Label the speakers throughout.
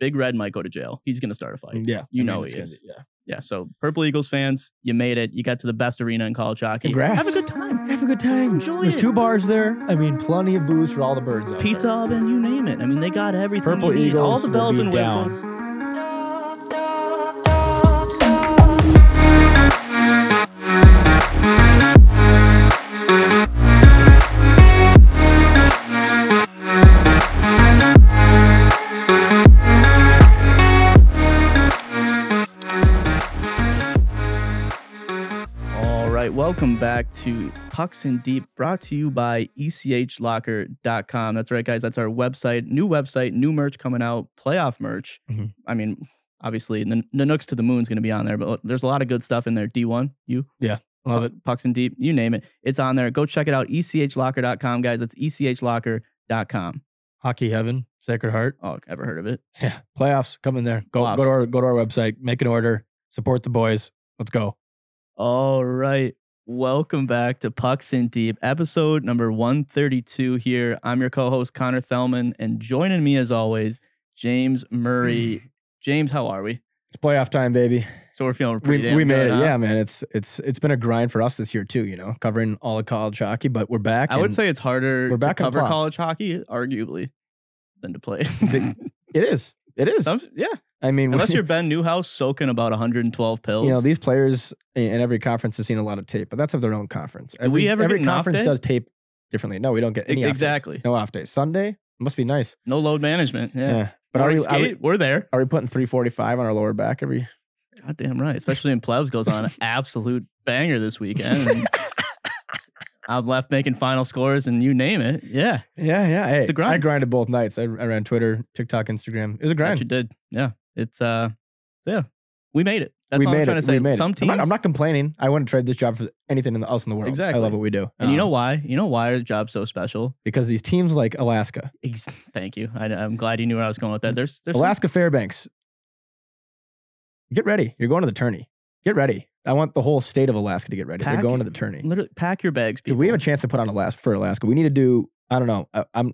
Speaker 1: Big Red might go to jail. He's going to start a fight.
Speaker 2: Yeah,
Speaker 1: You
Speaker 2: I mean,
Speaker 1: know
Speaker 2: it's
Speaker 1: he
Speaker 2: gonna
Speaker 1: is.
Speaker 2: be- yeah.
Speaker 1: Yeah. So Purple Eagles fans, you made it. You got to the best arena in college hockey.
Speaker 2: Congrats.
Speaker 1: Have a good time.
Speaker 2: Have a good time.
Speaker 1: Enjoy
Speaker 2: There's
Speaker 1: it.
Speaker 2: two bars there. I mean, plenty of booze for all the birds. out
Speaker 1: Pizza oven, you name it. I mean, they got everything.
Speaker 2: Purple
Speaker 1: you need,
Speaker 2: Eagles
Speaker 1: all the
Speaker 2: will
Speaker 1: bells
Speaker 2: be
Speaker 1: and
Speaker 2: down.
Speaker 1: whistles. All right, welcome back to Pucks and Deep, brought to you by E ECHLocker.com. That's right, guys. That's our website, new website, new merch coming out, playoff merch.
Speaker 2: Mhm.
Speaker 1: I mean, obviously, the, the Nooks to the Moon's going to be on there, but there's a lot of good stuff in there. D1, you
Speaker 2: There. Love it.
Speaker 1: Pu- Pucks and Deep, you name it. It's on there. Go check it out, E ECHLocker.com, guys. That's E ECHLocker.com.
Speaker 2: Hockey heaven, Sacred Heart.
Speaker 1: Oh, ever heard of it?
Speaker 2: Yeah, playoffs come in there. Go
Speaker 1: Playoffs.
Speaker 2: go to our go to our website. Make an order. Support the boys. Let's go.
Speaker 1: All right. Welcome back to Pucks in Deep, episode number 132 here. I'm your co host, Connor Thelman, and joining me as always, James Murray. James, how are we?
Speaker 2: It's playoff time, baby.
Speaker 1: So we're feeling pretty
Speaker 2: We,
Speaker 1: damn
Speaker 2: we made
Speaker 1: good,
Speaker 2: it.
Speaker 1: huh?
Speaker 2: Yeah, man. It's it's it's been a grind for us this year too. You know, covering all of college hockey, but we're back.
Speaker 1: I would
Speaker 2: and
Speaker 1: say it's harder
Speaker 2: We're back
Speaker 1: to
Speaker 2: in
Speaker 1: cover
Speaker 2: playoffs.
Speaker 1: college hockey, arguably, than to play.
Speaker 2: The- it is. It is.
Speaker 1: Some- yeah.
Speaker 2: I mean,
Speaker 1: Unless
Speaker 2: we-
Speaker 1: you're Ben Newhouse soaking about 112 pills.
Speaker 2: you know these players in in every conference have seen a lot of tape, but that's of their own conference. Every,
Speaker 1: we ever
Speaker 2: every
Speaker 1: get an off
Speaker 2: conference
Speaker 1: day?
Speaker 2: does tape differently. No, we don't get
Speaker 1: E-
Speaker 2: any off days.
Speaker 1: exactly.
Speaker 2: no off days. Sunday must be nice.
Speaker 1: no load management. Yeah.
Speaker 2: But are
Speaker 1: Morning
Speaker 2: we, are, we,
Speaker 1: skate, we're there.
Speaker 2: are we putting 345 on our lower back every?
Speaker 1: Goddamn right. Especially when Plebs goes on an absolute banger this weekend. and I'm left making final scores and you name it. Yeah.
Speaker 2: Yeah, yeah. Hey,
Speaker 1: It's a grind.
Speaker 2: I grinded both nights. I, I ran Twitter, TikTok, Instagram. It was a
Speaker 1: That
Speaker 2: grind.
Speaker 1: you did. Yeah. It's uh yeah. We made it. That's
Speaker 2: we
Speaker 1: all
Speaker 2: made
Speaker 1: I'm trying
Speaker 2: it.
Speaker 1: to say.
Speaker 2: We made
Speaker 1: Some
Speaker 2: it.
Speaker 1: teams
Speaker 2: I'm not, I'm not complaining. I wouldn't trade this job for anything in the, else in the world. I
Speaker 1: Exactly.
Speaker 2: love what we do.
Speaker 1: and you know
Speaker 2: Um,
Speaker 1: why? You know why our job's so special?
Speaker 2: Because these teams like Alaska,
Speaker 1: Ex- Thank you. I, am glad you knew where I was going with that. There's there's some-
Speaker 2: Alaska Fairbanks. Get ready. You're going to the tourney. Get ready. I want the whole state of Alaska to get ready.
Speaker 1: Pack
Speaker 2: They're going to
Speaker 1: your-
Speaker 2: the tourney.
Speaker 1: literally pack your bags.
Speaker 2: Dude,
Speaker 1: People.
Speaker 2: we have a chance to put on Alaska for Alaska. We need to do. I don't know. I, I'm.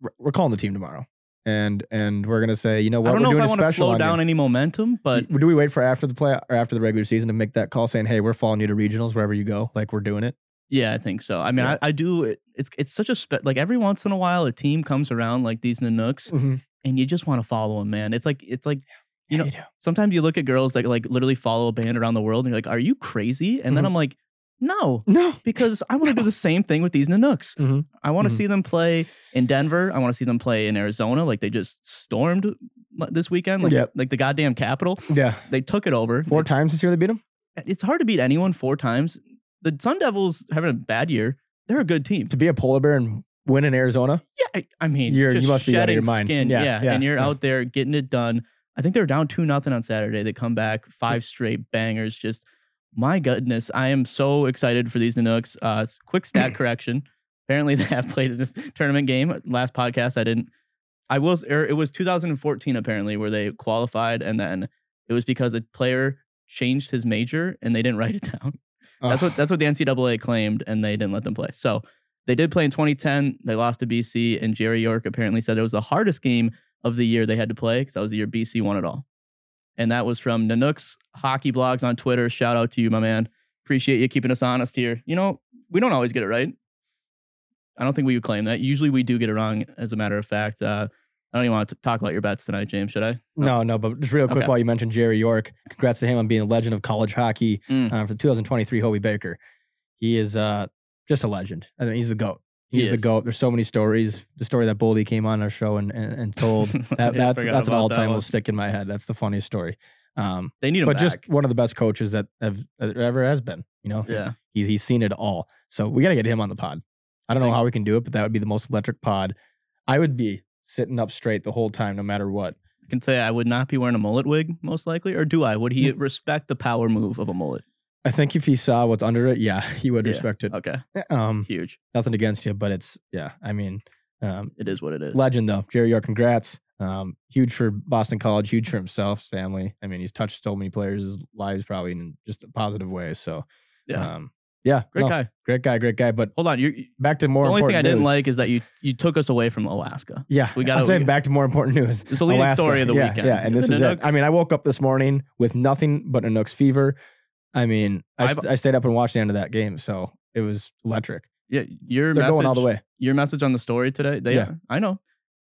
Speaker 2: we're- We're calling the team tomorrow, and and we're gonna say, you know what?
Speaker 1: I don't
Speaker 2: we're
Speaker 1: know if
Speaker 2: doing
Speaker 1: I
Speaker 2: a
Speaker 1: want to
Speaker 2: special
Speaker 1: slow
Speaker 2: on you.
Speaker 1: down any momentum, but
Speaker 2: Y- do we wait for after the play or after the regular season to make that call saying, "Hey, we're following you to regionals wherever you go"? Like we're doing it.
Speaker 1: Yeah, I think so. I mean,
Speaker 2: Yeah.
Speaker 1: I, I do. It, it's it's such a spe- like every once in a while a team comes around like these Nanooks, and you just want to follow them, man. It's like it's like Mm-hmm. You know-
Speaker 2: Mm. Yeah,
Speaker 1: sometimes you look at girls that like literally follow a band around the world, and you're like, "Are you crazy?" And then
Speaker 2: Mhm.
Speaker 1: I'm like, "No."
Speaker 2: do. no.
Speaker 1: Because I want to do the same thing with these Nanooks.
Speaker 2: Mhm.
Speaker 1: I want to
Speaker 2: Mhm.
Speaker 1: see them play in Denver. I want to see them play in Arizona. Like they just stormed l- this weekend, like,
Speaker 2: Yep.
Speaker 1: like the goddamn capital.
Speaker 2: Yeah,
Speaker 1: They took it over.
Speaker 2: four
Speaker 1: They-
Speaker 2: times this year they beat them.
Speaker 1: it's hard to beat anyone four times. The Sun Devils having a bad year. They're a good team.
Speaker 2: To be a polar bear and win in Arizona.
Speaker 1: Yeah, I, I mean,
Speaker 2: You're-
Speaker 1: just
Speaker 2: you must be out of your
Speaker 1: shedding
Speaker 2: mind.
Speaker 1: Skin. Yeah,
Speaker 2: Yeah, yeah,
Speaker 1: and you're
Speaker 2: yeah.
Speaker 1: out there getting it done. I think they were down two nothing on Saturday. They come back five straight bangers. Just my goodness, I am so excited for these Nanooks. Uh, s- quick stat correction: apparently they have played in this tournament game. Last podcast, I didn't. I will. s- Or it was 2014 apparently where they qualified, and then it was because a player changed his major and they didn't write it down. That's
Speaker 2: Ugh.
Speaker 1: what that's what the NCAA claimed, and they didn't let them play. So they did play in 2010. They lost to BC, and Jerry York apparently said it was the hardest game of the year they had to play because that was the year BC won it all. And that was from Nanook's Hockey Blogs on Twitter. Shout out to you, my man. Appreciate you keeping us honest here. You know, we don't always get it right. I don't think we would claim that. Usually we do get it wrong, as a matter of fact. Uh, I don't even want to talk about your bets tonight, James, should I?
Speaker 2: No, no, but just real quick
Speaker 1: Oh. Okay.
Speaker 2: while you mentioned Jerry York, congrats to him on being a legend of college hockey
Speaker 1: Mm.
Speaker 2: uh, for the 2023 Hobie Baker. He is uh, just a legend. I mean, he's the GOAT.
Speaker 1: He
Speaker 2: He's the
Speaker 1: is.
Speaker 2: GOAT. There's so many stories. The story that Boldy came on our show and, and, and told,
Speaker 1: I
Speaker 2: that, that's,
Speaker 1: forgot
Speaker 2: that's an
Speaker 1: about
Speaker 2: all
Speaker 1: that
Speaker 2: time
Speaker 1: one.
Speaker 2: will stick in my head. That's the funniest story. Um,
Speaker 1: They need him
Speaker 2: but
Speaker 1: back.
Speaker 2: just one of the best coaches that have, that ever has been, you know?
Speaker 1: yeah.
Speaker 2: He's, he's seen it all. So we got to get him on the pod. I don't know
Speaker 1: Thank-
Speaker 2: how we can do it, but that would be the most electric pod. I would be sitting up straight the whole time, no matter what.
Speaker 1: I can say I would not be wearing a mullet wig, most likely, or do I? Would
Speaker 2: Hmm.
Speaker 1: he respect the power move of a mullet?
Speaker 2: I think if he saw what's under it, yeah, he would
Speaker 1: Yeah. Uh,
Speaker 2: respect it.
Speaker 1: Okay,
Speaker 2: Um,
Speaker 1: huge.
Speaker 2: nothing against you, but it's yeah. I mean, um,
Speaker 1: It is what it is.
Speaker 2: legend though, Jerry York. Congrats. Um, huge for Boston College. Huge for himself, his family. I mean, he's touched so many players' lives, probably in just a positive way. So
Speaker 1: Yeah.
Speaker 2: um, Yeah,
Speaker 1: Great
Speaker 2: no,
Speaker 1: guy.
Speaker 2: great guy, great guy. But
Speaker 1: Hold on. You- You,
Speaker 2: back to more.
Speaker 1: the only thing
Speaker 2: important
Speaker 1: I didn't
Speaker 2: news.
Speaker 1: like is that you you took us away from Alaska.
Speaker 2: Yeah,
Speaker 1: We
Speaker 2: we
Speaker 1: gotta-
Speaker 2: got. I'm saying back to more important news.
Speaker 1: It's the leading
Speaker 2: Alaska.
Speaker 1: story of the
Speaker 2: yeah,
Speaker 1: weekend.
Speaker 2: Yeah, and this
Speaker 1: The
Speaker 2: is it.
Speaker 1: Canucks.
Speaker 2: I mean, I woke up this morning with nothing but Canucks fever. I mean, I,
Speaker 1: I've-
Speaker 2: st- I stayed up and watched the end of that game, so it was electric.
Speaker 1: Yeah, your
Speaker 2: They're
Speaker 1: message,
Speaker 2: going all the way.
Speaker 1: Your message on the story today. They,
Speaker 2: Yeah.
Speaker 1: I know.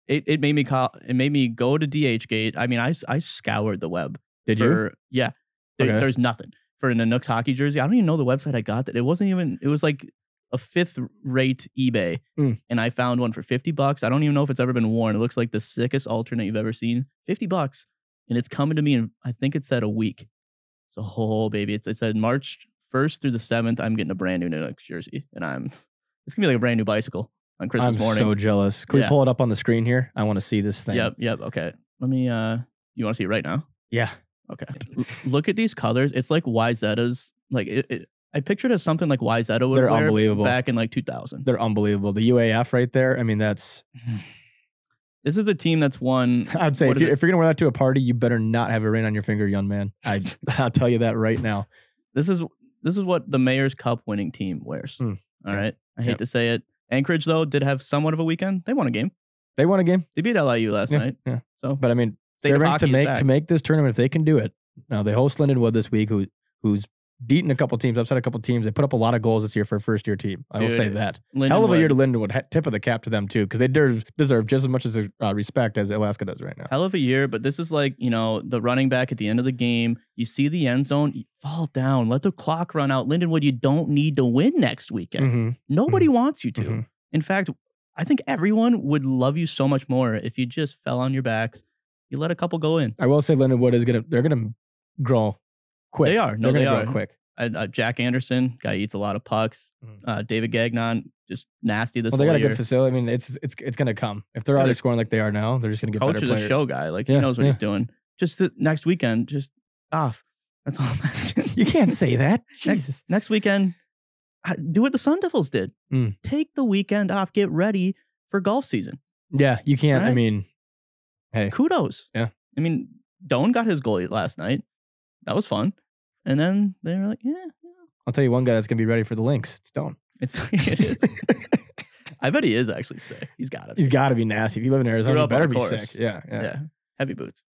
Speaker 1: It, it made me call. It made me go to DH Gate. I mean, I, s- I scoured the web.
Speaker 2: Did you?
Speaker 1: for, Yeah. There-
Speaker 2: Okay.
Speaker 1: There's nothing for an Canucks hockey jersey. I don't even know the website I got that. It wasn't even. It was like a fifth rate eBay,
Speaker 2: Mm.
Speaker 1: and I found one for fifty bucks. I don't even know if it's ever been worn. It looks like the sickest alternate you've ever seen. Fifty bucks, and it's coming to me. And I think it said a week. So oh baby, it's it said March first through the seventh. I'm getting a brand new Canucks jersey, and I'm. It's gonna be like a brand new bicycle on Christmas
Speaker 2: I'm
Speaker 1: morning.
Speaker 2: so jealous. Can
Speaker 1: Yeah.
Speaker 2: we pull it up on the screen here? I want to see this thing.
Speaker 1: yep, yep. Okay, let me. uh You want to see it right now?
Speaker 2: Yeah.
Speaker 1: Okay. L- Look at these colors. It's like YZ's. Like it, it, I pictured it as something like YZ would wear
Speaker 2: They're unbelievable.
Speaker 1: back in like 2000.
Speaker 2: They're unbelievable. The UAF right there. I mean, that's.
Speaker 1: This is a team that's won.
Speaker 2: I'd say
Speaker 1: What
Speaker 2: if
Speaker 1: is
Speaker 2: you're,
Speaker 1: it?
Speaker 2: if you're gonna wear that to a party, you better not have a ring on your finger, young man. I I'll tell you that right now.
Speaker 1: This is this is what the Mayor's Cup winning team wears.
Speaker 2: Hmm.
Speaker 1: All
Speaker 2: Yep.
Speaker 1: right. I hate
Speaker 2: Yep.
Speaker 1: to say it. Anchorage though did have somewhat of a weekend. They won a game.
Speaker 2: They won a game,
Speaker 1: They beat LIU last
Speaker 2: Yeah,
Speaker 1: night.
Speaker 2: yeah.
Speaker 1: So
Speaker 2: but I mean,
Speaker 1: state of
Speaker 2: Fairbanks
Speaker 1: hockey
Speaker 2: to
Speaker 1: is
Speaker 2: make to
Speaker 1: back.
Speaker 2: make this tournament if they can do it. Now they host Lindenwood this week, who who's beaten a couple teams, upset a couple teams. They put up a lot of goals this year for a first year team. I will say
Speaker 1: Dude,
Speaker 2: that hell
Speaker 1: Lindenwood.
Speaker 2: of a year to Lindenwood. He- Tip of the cap to them too, because they der- deserve just as much as uh, respect as Alaska does right now.
Speaker 1: Hell of a year, but this is like, you know, the running back at the end of the game. You see the end zone, you fall down, let the clock run out. Lindenwood, you don't need to win next weekend.
Speaker 2: Mhm,
Speaker 1: Nobody wants you to.
Speaker 2: mhm.
Speaker 1: In fact, I think everyone would love you so much more if you just fell on your backs. You let a couple go in.
Speaker 2: I will say Lindenwood is gonna they're gonna grow quick.
Speaker 1: They are. No,
Speaker 2: they're
Speaker 1: they
Speaker 2: gonna
Speaker 1: are.
Speaker 2: grow quick.
Speaker 1: Uh, uh, Jack Anderson, guy eats a lot of pucks.
Speaker 2: Mhm.
Speaker 1: Uh, David Gagnon, just nasty this
Speaker 2: well, they got
Speaker 1: whole
Speaker 2: a
Speaker 1: year.
Speaker 2: good facility. I mean, it's it's it's gonna come if they're
Speaker 1: Yeah,
Speaker 2: already
Speaker 1: they're-
Speaker 2: scoring like they are now. They're just gonna get
Speaker 1: Coach
Speaker 2: better
Speaker 1: is
Speaker 2: players.
Speaker 1: a show guy. Like he
Speaker 2: Yeah,
Speaker 1: knows what
Speaker 2: yeah.
Speaker 1: he's doing. Just the next weekend, just off. That's all I'm asking.
Speaker 2: You can't say that. Jesus.
Speaker 1: next, next weekend, uh, do what the Sun Devils did.
Speaker 2: Mm.
Speaker 1: Take the weekend off. Get ready for golf season.
Speaker 2: Yeah, you can't. I
Speaker 1: Right?
Speaker 2: mean, hey,
Speaker 1: kudos.
Speaker 2: Yeah.
Speaker 1: I mean, Doan got his goalie last night. That was fun. And then they were like, yeah, yeah.
Speaker 2: I'll tell you one guy that's gonna be ready for the links. It's Stone.
Speaker 1: it's it is. I bet he is actually sick. He's got it.
Speaker 2: He's got to be nasty. If you live in Arizona,
Speaker 1: up
Speaker 2: you
Speaker 1: on
Speaker 2: better
Speaker 1: the
Speaker 2: be
Speaker 1: course.
Speaker 2: sick. Yeah,
Speaker 1: yeah.
Speaker 2: yeah,
Speaker 1: Heavy boots.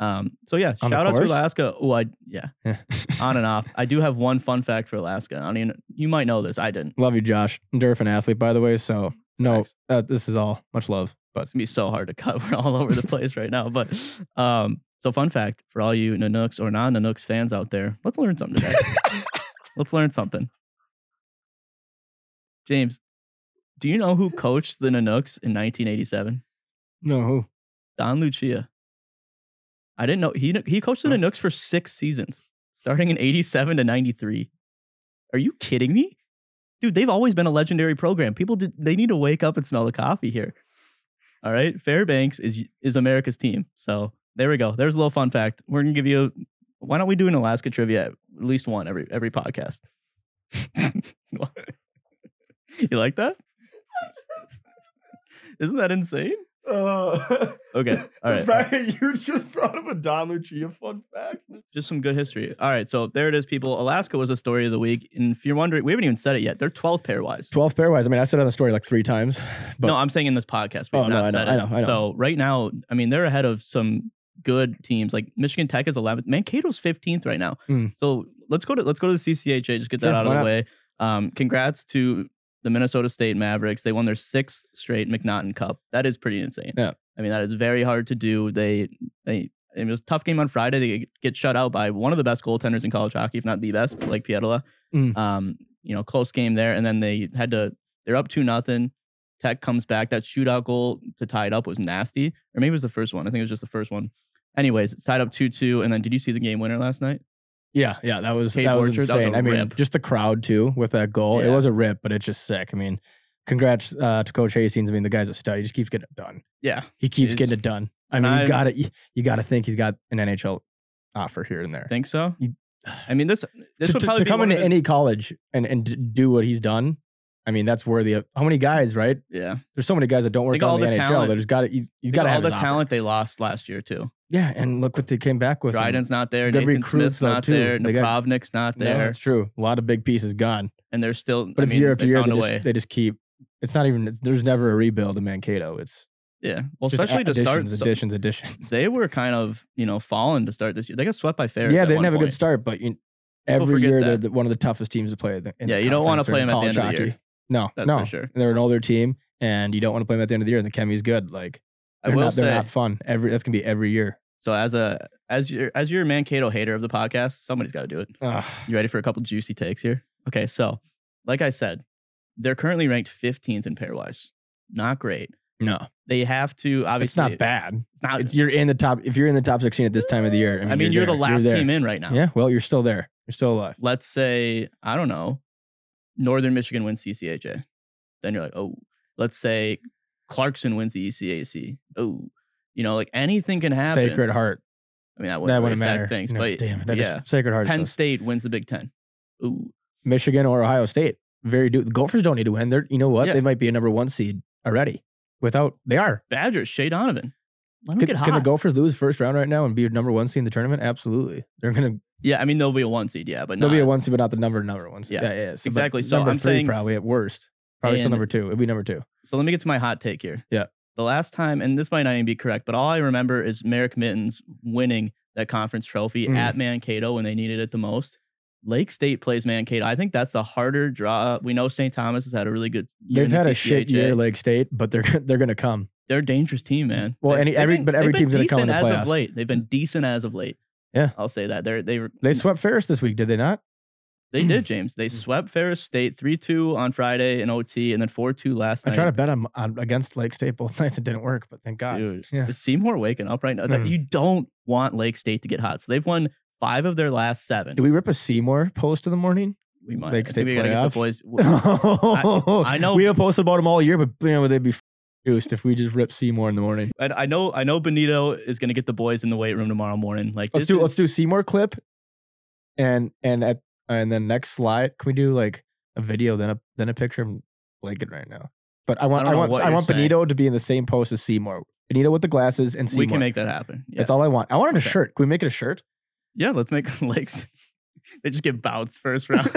Speaker 1: Um, so yeah,
Speaker 2: On the
Speaker 1: shout out to
Speaker 2: course?
Speaker 1: Alaska. Oh, I yeah,
Speaker 2: yeah.
Speaker 1: on and off. I do have one fun fact for Alaska. I mean, you might know this. I didn't.
Speaker 2: love you, Josh. Durf an athlete, by the way. So no,
Speaker 1: Thanks.
Speaker 2: uh, this is all much love. But
Speaker 1: It's gonna be so hard to cut. We're all over the place right now. But um, so fun fact for all you Nanooks or non Nanooks fans out there, let's learn something today. let's learn something. James, do you know who coached the Nanooks in 1987?
Speaker 2: no, who?
Speaker 1: Don Lucia. I didn't know he he coached the
Speaker 2: Huh.
Speaker 1: Nanooks for six seasons, starting in 87 to 93. Are you kidding me? Dude, they've always been a legendary program. People did, they need to wake up and smell the coffee here. All right, Fairbanks is is America's team. So there we go. There's a little fun fact. We're gonna give you. Why don't we do an Alaska trivia at least one every every podcast? you like that? Isn't that insane?
Speaker 2: Uh,
Speaker 1: Okay. All right.
Speaker 2: that you just brought up a Don Lucia fun fact.
Speaker 1: just some good history. All right, so there it is, people. Alaska was a story of the week, and if you're wondering, we haven't even said it yet. They're 12 pairwise.
Speaker 2: Twelve pairwise. I mean, I said on the story like three times. But
Speaker 1: no, I'm saying in this podcast, we've
Speaker 2: Oh, no,
Speaker 1: not
Speaker 2: I know,
Speaker 1: said
Speaker 2: I
Speaker 1: it.
Speaker 2: know, I know.
Speaker 1: So right now, I mean, they're ahead of some good teams. Like Michigan Tech is 11th, Mankato's 15th right now.
Speaker 2: Mm.
Speaker 1: So let's go to let's go to the CCHA. Just get that
Speaker 2: Sure,
Speaker 1: out of
Speaker 2: why
Speaker 1: the
Speaker 2: not?
Speaker 1: way. Um, congrats to the Minnesota State Mavericks. They won their sixth straight McNaughton Cup. That is pretty insane.
Speaker 2: Yeah.
Speaker 1: I mean, that is very hard to do. They they it was a tough game on Friday. They get shut out by one of the best goaltenders in college hockey, if not the best, like Pietola.
Speaker 2: Mm.
Speaker 1: Um, you know, close game there, and then they had to. They're up two nothing. Tech comes back. That shootout goal to tie it up was nasty, or maybe it was the first one. I think it was just the first one. Anyways, it's tied up two two, and then did you see the game winner last night?
Speaker 2: yeah, yeah, that was
Speaker 1: Cade
Speaker 2: that was
Speaker 1: Orchard, that was
Speaker 2: insane.
Speaker 1: a
Speaker 2: I mean,
Speaker 1: rip.
Speaker 2: just the crowd too with that goal.
Speaker 1: Yeah.
Speaker 2: It was a rip, but it's just sick. I mean, congrats uh, to Coach Hastings. I mean, the guy's a stud. He just keeps getting it done.
Speaker 1: Yeah,
Speaker 2: He keeps
Speaker 1: He's-
Speaker 2: getting it done. I
Speaker 1: and
Speaker 2: mean,
Speaker 1: I'm-
Speaker 2: he's got it. You got to think he's got an NHL offer here and there.
Speaker 1: think so.
Speaker 2: You-
Speaker 1: I mean, this this
Speaker 2: to
Speaker 1: would
Speaker 2: to-
Speaker 1: probably
Speaker 2: to
Speaker 1: be
Speaker 2: come
Speaker 1: one
Speaker 2: into
Speaker 1: of the-
Speaker 2: any college and and d- do what he's done, I mean, that's worthy of how many guys, right?
Speaker 1: Yeah.
Speaker 2: There's so many guys that don't work
Speaker 1: Think
Speaker 2: out
Speaker 1: all
Speaker 2: in the,
Speaker 1: the
Speaker 2: NHL.
Speaker 1: talent-
Speaker 2: There's got to he's, he's
Speaker 1: He's
Speaker 2: got to
Speaker 1: all
Speaker 2: have
Speaker 1: the
Speaker 2: his offer.
Speaker 1: talent they lost last year too.
Speaker 2: Yeah, and look what they came back with. and-
Speaker 1: Dryden's not there.
Speaker 2: good
Speaker 1: Nathan
Speaker 2: recruits,
Speaker 1: Smith's
Speaker 2: though,
Speaker 1: not
Speaker 2: too.
Speaker 1: there.
Speaker 2: They got-
Speaker 1: Napravnik's not
Speaker 2: No,
Speaker 1: there,
Speaker 2: it's true. A lot of big pieces gone.
Speaker 1: and they're still.
Speaker 2: But
Speaker 1: I
Speaker 2: it's
Speaker 1: mean,
Speaker 2: year after
Speaker 1: they
Speaker 2: year.
Speaker 1: found
Speaker 2: They
Speaker 1: a way.
Speaker 2: just, they just keep. It's not even. it's- There's never a rebuild in Mankato. It's
Speaker 1: yeah. Well,
Speaker 2: just
Speaker 1: especially to
Speaker 2: additions,
Speaker 1: start. so-
Speaker 2: additions, additions.
Speaker 1: they were kind of you know fallen to start this year. They got swept by Ferris.
Speaker 2: yeah,
Speaker 1: at
Speaker 2: they didn't
Speaker 1: one
Speaker 2: have a
Speaker 1: point.
Speaker 2: good start, but you,
Speaker 1: People
Speaker 2: every
Speaker 1: forget
Speaker 2: year they're
Speaker 1: that.
Speaker 2: the, one of the toughest teams to play. in the- in
Speaker 1: Yeah,
Speaker 2: the
Speaker 1: you don't wanna
Speaker 2: conference or
Speaker 1: play 'em
Speaker 2: in
Speaker 1: at the
Speaker 2: college
Speaker 1: end of the
Speaker 2: hockey.
Speaker 1: year.
Speaker 2: No,
Speaker 1: That's
Speaker 2: no,
Speaker 1: for sure.
Speaker 2: they're an older team, and you don't want to play them at the end of the year. And the chemi's good. Like
Speaker 1: I
Speaker 2: they're
Speaker 1: will
Speaker 2: not,
Speaker 1: say
Speaker 2: they're not fun. Every that's gonna be every year.
Speaker 1: so. As a as your as your Mankato hater of the podcast, somebody's got to do it.
Speaker 2: Ugh.
Speaker 1: You ready for a couple juicy takes here? Okay, so like I said, they're currently ranked 15th in pairwise. Not great.
Speaker 2: No,
Speaker 1: They have to obviously.
Speaker 2: it's not bad.
Speaker 1: It's not-
Speaker 2: It's, you're in the top. If you're in the top 16 at this time of the year, I mean,
Speaker 1: I mean, you're,
Speaker 2: there.
Speaker 1: the last
Speaker 2: there.
Speaker 1: team in right now.
Speaker 2: Yeah, well, you're still there. You're still alive.
Speaker 1: Let's say I don't know, Northern Michigan wins CCHA, then you're like, oh. Let's say Clarkson wins the E ECAC. Oh, you know, like anything can happen.
Speaker 2: Sacred Heart.
Speaker 1: I mean, that
Speaker 2: that
Speaker 1: wouldn't, really
Speaker 2: wouldn't matter.
Speaker 1: affect things,
Speaker 2: No,
Speaker 1: but
Speaker 2: damn it, that is-
Speaker 1: yeah.
Speaker 2: Sacred Heart.
Speaker 1: Penn
Speaker 2: does.
Speaker 1: State wins the Big Ten. Ooh,
Speaker 2: Michigan or Ohio State. Very do the Gophers don't need to win. They're you know what?
Speaker 1: Yeah.
Speaker 2: They might be a number one seed already. Without they are.
Speaker 1: Badgers, Shea Donovan. Let them
Speaker 2: Could,
Speaker 1: get
Speaker 2: can the
Speaker 1: hot.
Speaker 2: Gophers lose first round right now and be a number one seed in the tournament? Absolutely. They're gonna
Speaker 1: yeah, I mean, they'll be a one seed, yeah, but
Speaker 2: they'll
Speaker 1: not,
Speaker 2: be a one seed, but not the number number one seed.
Speaker 1: Yeah,
Speaker 2: so, but
Speaker 1: exactly. So
Speaker 2: number
Speaker 1: I'm
Speaker 2: three
Speaker 1: saying-
Speaker 2: probably at worst. Probably still
Speaker 1: And-
Speaker 2: number two. It'd be number two.
Speaker 1: So let me get to my hot take here.
Speaker 2: Yeah.
Speaker 1: The last time, and this might not even be correct, but all I remember is Merrick Mittens winning that conference trophy
Speaker 2: Mm.
Speaker 1: at Mankato when they needed it the most. Lake State plays Mankato. I think that's the harder draw. We know St. Thomas has had a really good year.
Speaker 2: They've
Speaker 1: in the
Speaker 2: had a shit
Speaker 1: CCHA.
Speaker 2: year, Lake State, but they're they're gonna come.
Speaker 1: They're a dangerous team, man.
Speaker 2: Well,
Speaker 1: They-
Speaker 2: any-
Speaker 1: they've
Speaker 2: every-
Speaker 1: been-
Speaker 2: but every
Speaker 1: they've been
Speaker 2: team's gonna come in
Speaker 1: decent
Speaker 2: the
Speaker 1: as of
Speaker 2: playoffs. Mm.
Speaker 1: late. They've been decent as of late.
Speaker 2: Yeah.
Speaker 1: I'll say that. They're they were-
Speaker 2: They mm. swept Ferris this week, did they not?
Speaker 1: They did, James. They swept Ferris State 3 2 on Friday in OT and then 4 2 last
Speaker 2: I
Speaker 1: night.
Speaker 2: tried to bet on, on against Lake State both nights. It didn't work, but thank God.
Speaker 1: Dude,
Speaker 2: Yeah.
Speaker 1: is Seymour waking up right now? That-
Speaker 2: Mhm.
Speaker 1: You don't want Lake State to get hot. So they've won five of their last seven.
Speaker 2: Do we rip a Seymour post in the morning?
Speaker 1: we might.
Speaker 2: Lake
Speaker 1: I think
Speaker 2: State
Speaker 1: we gotta get the
Speaker 2: playoffs?
Speaker 1: boys.
Speaker 2: I,
Speaker 1: I know-
Speaker 2: we have posted about them all year, but you know they'd be juiced if we just rip Seymour in the morning.
Speaker 1: I, I know. I know. Benito is gonna get the boys in the weight room tomorrow morning. Like
Speaker 2: Let's
Speaker 1: this
Speaker 2: do
Speaker 1: is-
Speaker 2: let's do Seymour clip, and and at and then next slide, can we do like a video then a then a picture? I'm blanking right now, but I want
Speaker 1: don't
Speaker 2: I,
Speaker 1: know
Speaker 2: want
Speaker 1: what
Speaker 2: I
Speaker 1: you're
Speaker 2: want
Speaker 1: saying.
Speaker 2: Benito to be in the same post as Seymour. Benito with the glasses and Seymour.
Speaker 1: we can make that happen. Yes.
Speaker 2: That's all I want. I wanted
Speaker 1: Okay.
Speaker 2: a shirt. Can we make it a shirt?
Speaker 1: Yeah. Let's make Lakes. they just get bounced first round.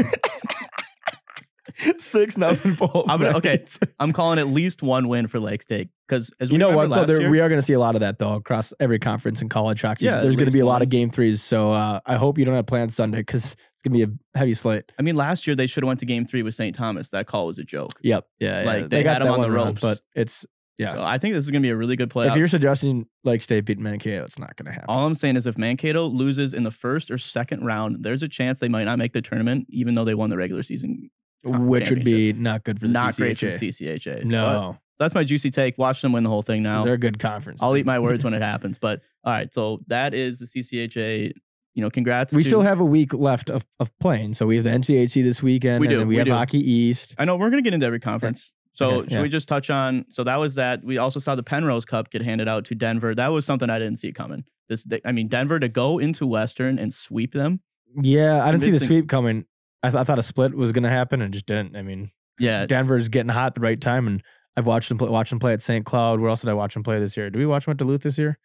Speaker 2: Six nothing. Bowl,
Speaker 1: I'm gonna- okay.
Speaker 2: right?
Speaker 1: I'm calling at least one win for Lake State because as
Speaker 2: You
Speaker 1: we
Speaker 2: know what?
Speaker 1: remember
Speaker 2: Though,
Speaker 1: last
Speaker 2: there,
Speaker 1: year-
Speaker 2: we are going to see a lot of that though across every conference in college hockey.
Speaker 1: Yeah, at
Speaker 2: there's going to be a
Speaker 1: least
Speaker 2: lot
Speaker 1: one.
Speaker 2: of game threes. So uh, I hope you don't have plans Sunday because it's going to be a heavy slate.
Speaker 1: I mean, last year they should have went to Game Three with St. Thomas. That call was a joke.
Speaker 2: Yep. Yeah.
Speaker 1: Like, they had 'em on the
Speaker 2: wrong,
Speaker 1: ropes.
Speaker 2: but it's Yeah.
Speaker 1: So I think this is gonna be a really good playoff.
Speaker 2: if you're suggesting like state beat Mankato, it's not going to happen.
Speaker 1: All I'm saying is if Mankato loses in the first or second round, there's a chance they might not make the tournament, even though they won the regular season.
Speaker 2: which would be not good for the
Speaker 1: not great for
Speaker 2: CCHA.
Speaker 1: the CCHA. But
Speaker 2: No,
Speaker 1: that's my juicy take. Watch them win the whole thing
Speaker 2: they're
Speaker 1: now.
Speaker 2: a good conference.
Speaker 1: I'll
Speaker 2: dude.
Speaker 1: eat my words when it happens. But all right, so that is the CCHA. You know, congrats.
Speaker 2: we
Speaker 1: to-
Speaker 2: still have a week left of, of playing, so we have the NCHC this weekend,
Speaker 1: We
Speaker 2: and
Speaker 1: do,
Speaker 2: then we,
Speaker 1: we
Speaker 2: have
Speaker 1: do.
Speaker 2: Hockey East.
Speaker 1: I know we're gonna get into every conference. So
Speaker 2: Okay,
Speaker 1: should
Speaker 2: yeah.
Speaker 1: we just touch on? So that was that. We also saw the Penrose Cup get handed out to Denver. That was something I didn't see coming. This, they, I mean, Denver to go into Western and sweep them.
Speaker 2: Yeah, I didn't see the
Speaker 1: Convincing.
Speaker 2: sweep coming. I, th- I thought a split was going to happen, and it just didn't. I mean,
Speaker 1: Yeah,
Speaker 2: Denver's getting hot at the right time, and I've watched them play, watch them play at St. Cloud. Where else did I watch them play this year? Did we watch them at Duluth this year?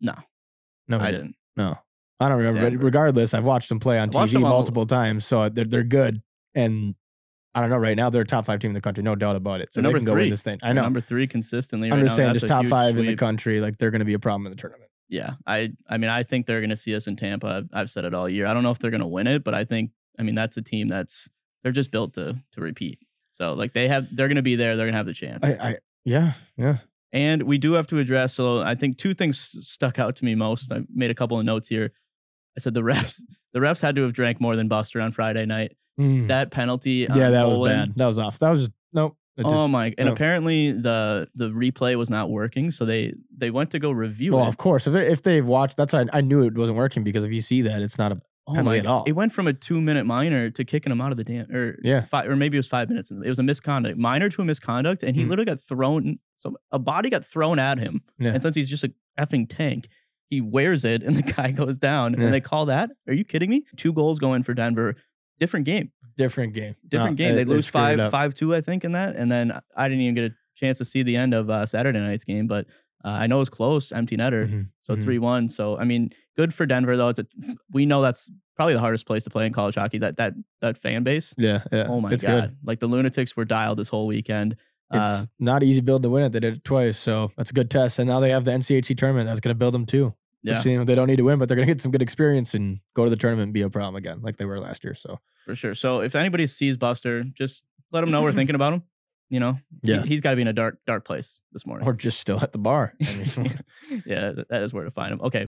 Speaker 1: No.
Speaker 2: no, we
Speaker 1: I didn't.
Speaker 2: No, I don't remember.
Speaker 1: Denver.
Speaker 2: But regardless, I've watched them play on
Speaker 1: I watched
Speaker 2: TV
Speaker 1: them on-
Speaker 2: multiple times, so they're they're good. And I don't know. Right now, they're a top five team in the country, no doubt about it. So
Speaker 1: They're number
Speaker 2: they can go win
Speaker 1: three.
Speaker 2: this thing. I know.
Speaker 1: number three consistently.
Speaker 2: I'm
Speaker 1: right
Speaker 2: just
Speaker 1: now,
Speaker 2: saying,
Speaker 1: that's
Speaker 2: just
Speaker 1: a
Speaker 2: top
Speaker 1: huge
Speaker 2: five in the
Speaker 1: sweep.
Speaker 2: country. Like they're going to be a problem in the tournament.
Speaker 1: Yeah, I I mean I think they're going to see us in Tampa. I've, I've said it all year. I don't know if they're going to win it, but I think I mean that's a team that's they're just built to to repeat. So like they have they're going to be there. They're going to have the chance.
Speaker 2: I, I yeah, yeah.
Speaker 1: and we do have to address. So I think two things stuck out to me most. I made a couple of notes here. I said the refs the refs had to have drank more than Buster on Friday night.
Speaker 2: Mm.
Speaker 1: That penalty. on
Speaker 2: yeah, that was
Speaker 1: Bolin-
Speaker 2: bad. That was off. That was just, nope. It just-
Speaker 1: oh my! And
Speaker 2: no.
Speaker 1: apparently the the replay was not working, so they they went to go review
Speaker 2: well,
Speaker 1: it.
Speaker 2: of course. If, they- if they've watched, that's why I, I knew it wasn't working because if you see that, it's not a
Speaker 1: Oh my!
Speaker 2: penalty at all.
Speaker 1: It went from a two-minute minor to kicking him out of the damn, or
Speaker 2: yeah.
Speaker 1: five, or maybe it was five minutes. It was a misconduct, minor to a misconduct, and he
Speaker 2: Mhm.
Speaker 1: literally got thrown. So a body got thrown at him,
Speaker 2: Yeah.
Speaker 1: and since he's just a effing tank, he wears it, and the guy goes down,
Speaker 2: Yeah.
Speaker 1: and they call that? Are you kidding me? Two goals going for Denver. Different game,
Speaker 2: different game.
Speaker 1: Different
Speaker 2: No,
Speaker 1: game. They
Speaker 2: it- it
Speaker 1: lose
Speaker 2: screwed
Speaker 1: five
Speaker 2: up.
Speaker 1: five two, I think, in that. And then I- I didn't even get a chance to see the end of uh, Saturday night's game, but uh, I know it was close, empty netter.
Speaker 2: Mhm.
Speaker 1: So
Speaker 2: Mhm.
Speaker 1: three one. So I mean, good for Denver though. It's a, we know that's probably the hardest place to play in college hockey. That that that fan base.
Speaker 2: Yeah, yeah.
Speaker 1: oh my
Speaker 2: it's
Speaker 1: god!
Speaker 2: Good.
Speaker 1: Like the lunatics were dialed this whole weekend.
Speaker 2: It's
Speaker 1: Uh,
Speaker 2: not easy build to win it. They did it twice, so that's a good test. And now they have the NCHC tournament. That's going to build them too.
Speaker 1: yeah,
Speaker 2: Which, you know, they don't need to win, but they're going to get some good experience and go to the tournament and be a problem again, like they were last year. So
Speaker 1: for sure. So if anybody sees Buster, just let him know we're thinking about him. You know,
Speaker 2: Yeah.
Speaker 1: he, has got to be in a dark dark place this morning.
Speaker 2: or just still at the bar. I mean,
Speaker 1: yeah, th- that is where to find him. Okay.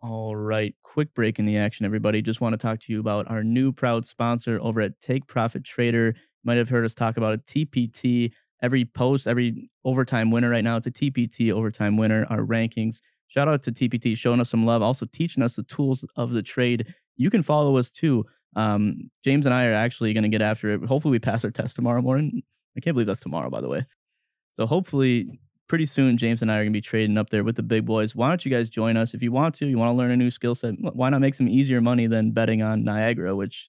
Speaker 1: All right, quick break in the action, everybody. Just want to talk to you about our new proud sponsor over at Take Profit Trader. You might have heard us talk about a TPT every post, every overtime winner right now. It's a TPT overtime winner, our rankings. Shout out to TPT showing us some love, also teaching us the tools of the trade. You can follow us too. Um, James and I are actually going to get after it. Hopefully, we pass our test tomorrow morning. I can't believe that's tomorrow, by the way. So hopefully, pretty soon, James and I are going to be trading up there with the big boys. Why don't you guys join us if you want to? You want to learn a new skill set? wh- Why not make some easier money than betting on Niagara, which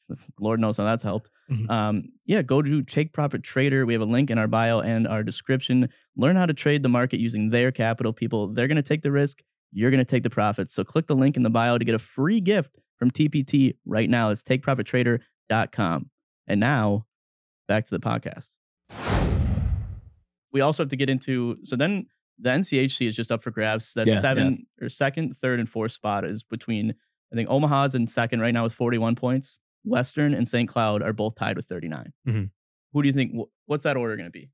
Speaker 1: Lord knows how that's helped.
Speaker 2: Mhm.
Speaker 1: Um, yeah, go to Take Profit Trader. We have a link in our bio and our description. Learn how to trade the market using their capital. People, they're going to take the risk. You're going to take the profits. So click the link in the bio to get a free gift from TPT right now. It's takeprofittrader.com. And now back to the podcast we also have to get into so then the NCHC is just up for grabs. That
Speaker 2: Yeah, yeah.
Speaker 1: seven or second, third, and fourth spot is between I think Omaha's in second right now with 41 points. Western and St. Cloud are both tied with 39.
Speaker 2: Mhm.
Speaker 1: Who do you think? wh- What's that order going to be?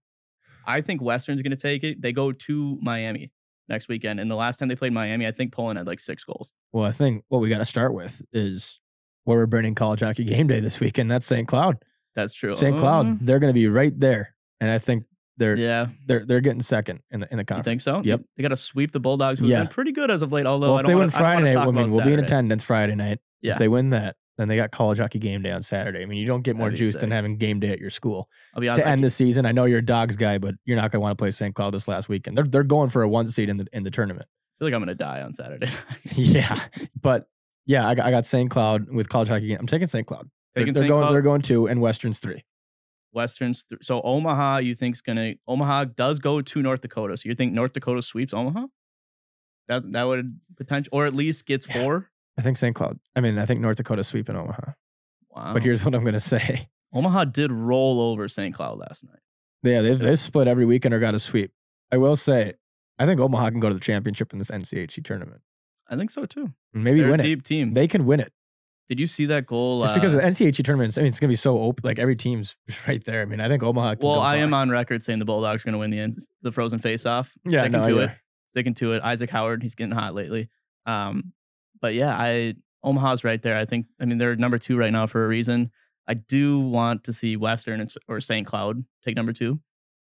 Speaker 1: I think Western's going to take it. They go to Miami next weekend, and the last time they played Miami, I think Poland had like six goals.
Speaker 2: well, I think what we got to start with is where we're burning college hockey game day this weekend. That's St. Cloud.
Speaker 1: That's true. Mm-hmm.
Speaker 2: St. Cloud, they're going to be right there, and I think
Speaker 1: Uh,
Speaker 2: they're
Speaker 1: Uh-huh. yeah,
Speaker 2: they're they're getting second in the in the
Speaker 1: you
Speaker 2: conference.
Speaker 1: think so?
Speaker 2: Yep.
Speaker 1: They got to sweep the Bulldogs, who've
Speaker 2: Yeah.
Speaker 1: been pretty good as of late. Although
Speaker 2: well,
Speaker 1: I
Speaker 2: if
Speaker 1: don't
Speaker 2: they
Speaker 1: wanna,
Speaker 2: win
Speaker 1: I don't
Speaker 2: Friday
Speaker 1: wanna
Speaker 2: night,
Speaker 1: talk
Speaker 2: well, I mean,
Speaker 1: about
Speaker 2: we'll be in
Speaker 1: Saturday.
Speaker 2: attendance Friday night.
Speaker 1: Yeah.
Speaker 2: If they win that, then they got college hockey game day on Saturday. I mean, you don't get more
Speaker 1: That'd be
Speaker 2: juice than
Speaker 1: sick.
Speaker 2: having game day at your school
Speaker 1: I'll be honest.
Speaker 2: to
Speaker 1: I
Speaker 2: end the season. I know you're a dogs guy, but you're not going to want to play St. Cloud this last weekend. They're they're going for a one seed in the in the tournament.
Speaker 1: feel like I'm going to die on Saturday. night.
Speaker 2: yeah, but yeah, I got, I got St. Cloud with college hockey game. I'm taking St. Cloud. They're,
Speaker 1: Taking
Speaker 2: they're
Speaker 1: St.
Speaker 2: going
Speaker 1: Cloud,
Speaker 2: they're going two and Western's three.
Speaker 1: Westerns. Th- so Omaha, you think's gonna Omaha does go to North Dakota. So you think North Dakota sweeps Omaha? That that would potential or at least gets
Speaker 2: Yeah.
Speaker 1: four.
Speaker 2: I think St. Cloud. I mean, I think North Dakota sweeping Omaha.
Speaker 1: Wow.
Speaker 2: But here's what I'm going to say.
Speaker 1: Omaha did roll over St. Cloud last night.
Speaker 2: Yeah, they've, they've split every weekend or got a sweep. I will say, I think Omaha can go to the championship in this NCHC E tournament.
Speaker 1: I think so too.
Speaker 2: and Maybe
Speaker 1: They're a
Speaker 2: win it.
Speaker 1: deep team.
Speaker 2: They can win it.
Speaker 1: did you see that goal?
Speaker 2: It's because
Speaker 1: uh,
Speaker 2: the NCHC tournament, E I mean, it's going to be so open. Like every team's right there. I mean, I think Omaha can
Speaker 1: well,
Speaker 2: go
Speaker 1: I am
Speaker 2: far.
Speaker 1: on record saying the Bulldogs are going to win the end, the Frozen face off.
Speaker 2: yeah,
Speaker 1: sticking
Speaker 2: no,
Speaker 1: to
Speaker 2: yeah.
Speaker 1: it. sticking to it. Isaac Howard, he's getting hot lately. Um, but yeah, I Omaha's right there. I think. I mean, they're number two right now for a reason. I do want to see Western and- or St. Cloud take number two.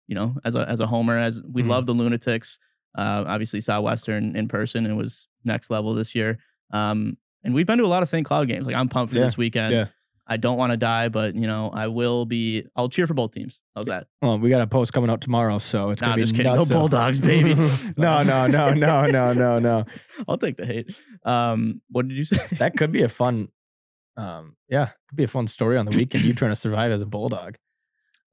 Speaker 1: You know, as a as a homer, as we
Speaker 2: Mhm.
Speaker 1: love the Lunatics. Uh, obviously, saw Western in person and was next level this year. Um, and we've been to a lot of St. Cloud games. Like I'm pumped for
Speaker 2: Yeah,
Speaker 1: this weekend.
Speaker 2: yeah.
Speaker 1: I don't want to die, but you know, I will be. I'll cheer for both teams. How's that?
Speaker 2: Well, we got a post coming out tomorrow, so it's
Speaker 1: Nah,
Speaker 2: going
Speaker 1: I'm
Speaker 2: to be
Speaker 1: just kidding. Go
Speaker 2: nuts.
Speaker 1: Bulldogs, baby.
Speaker 2: no, no, no, no, no, no, no.
Speaker 1: I'll take the hate. Um, what did you say?
Speaker 2: That could be a fun, um, yeah, could be a fun story on the weekend. You trying to survive as a Bulldog.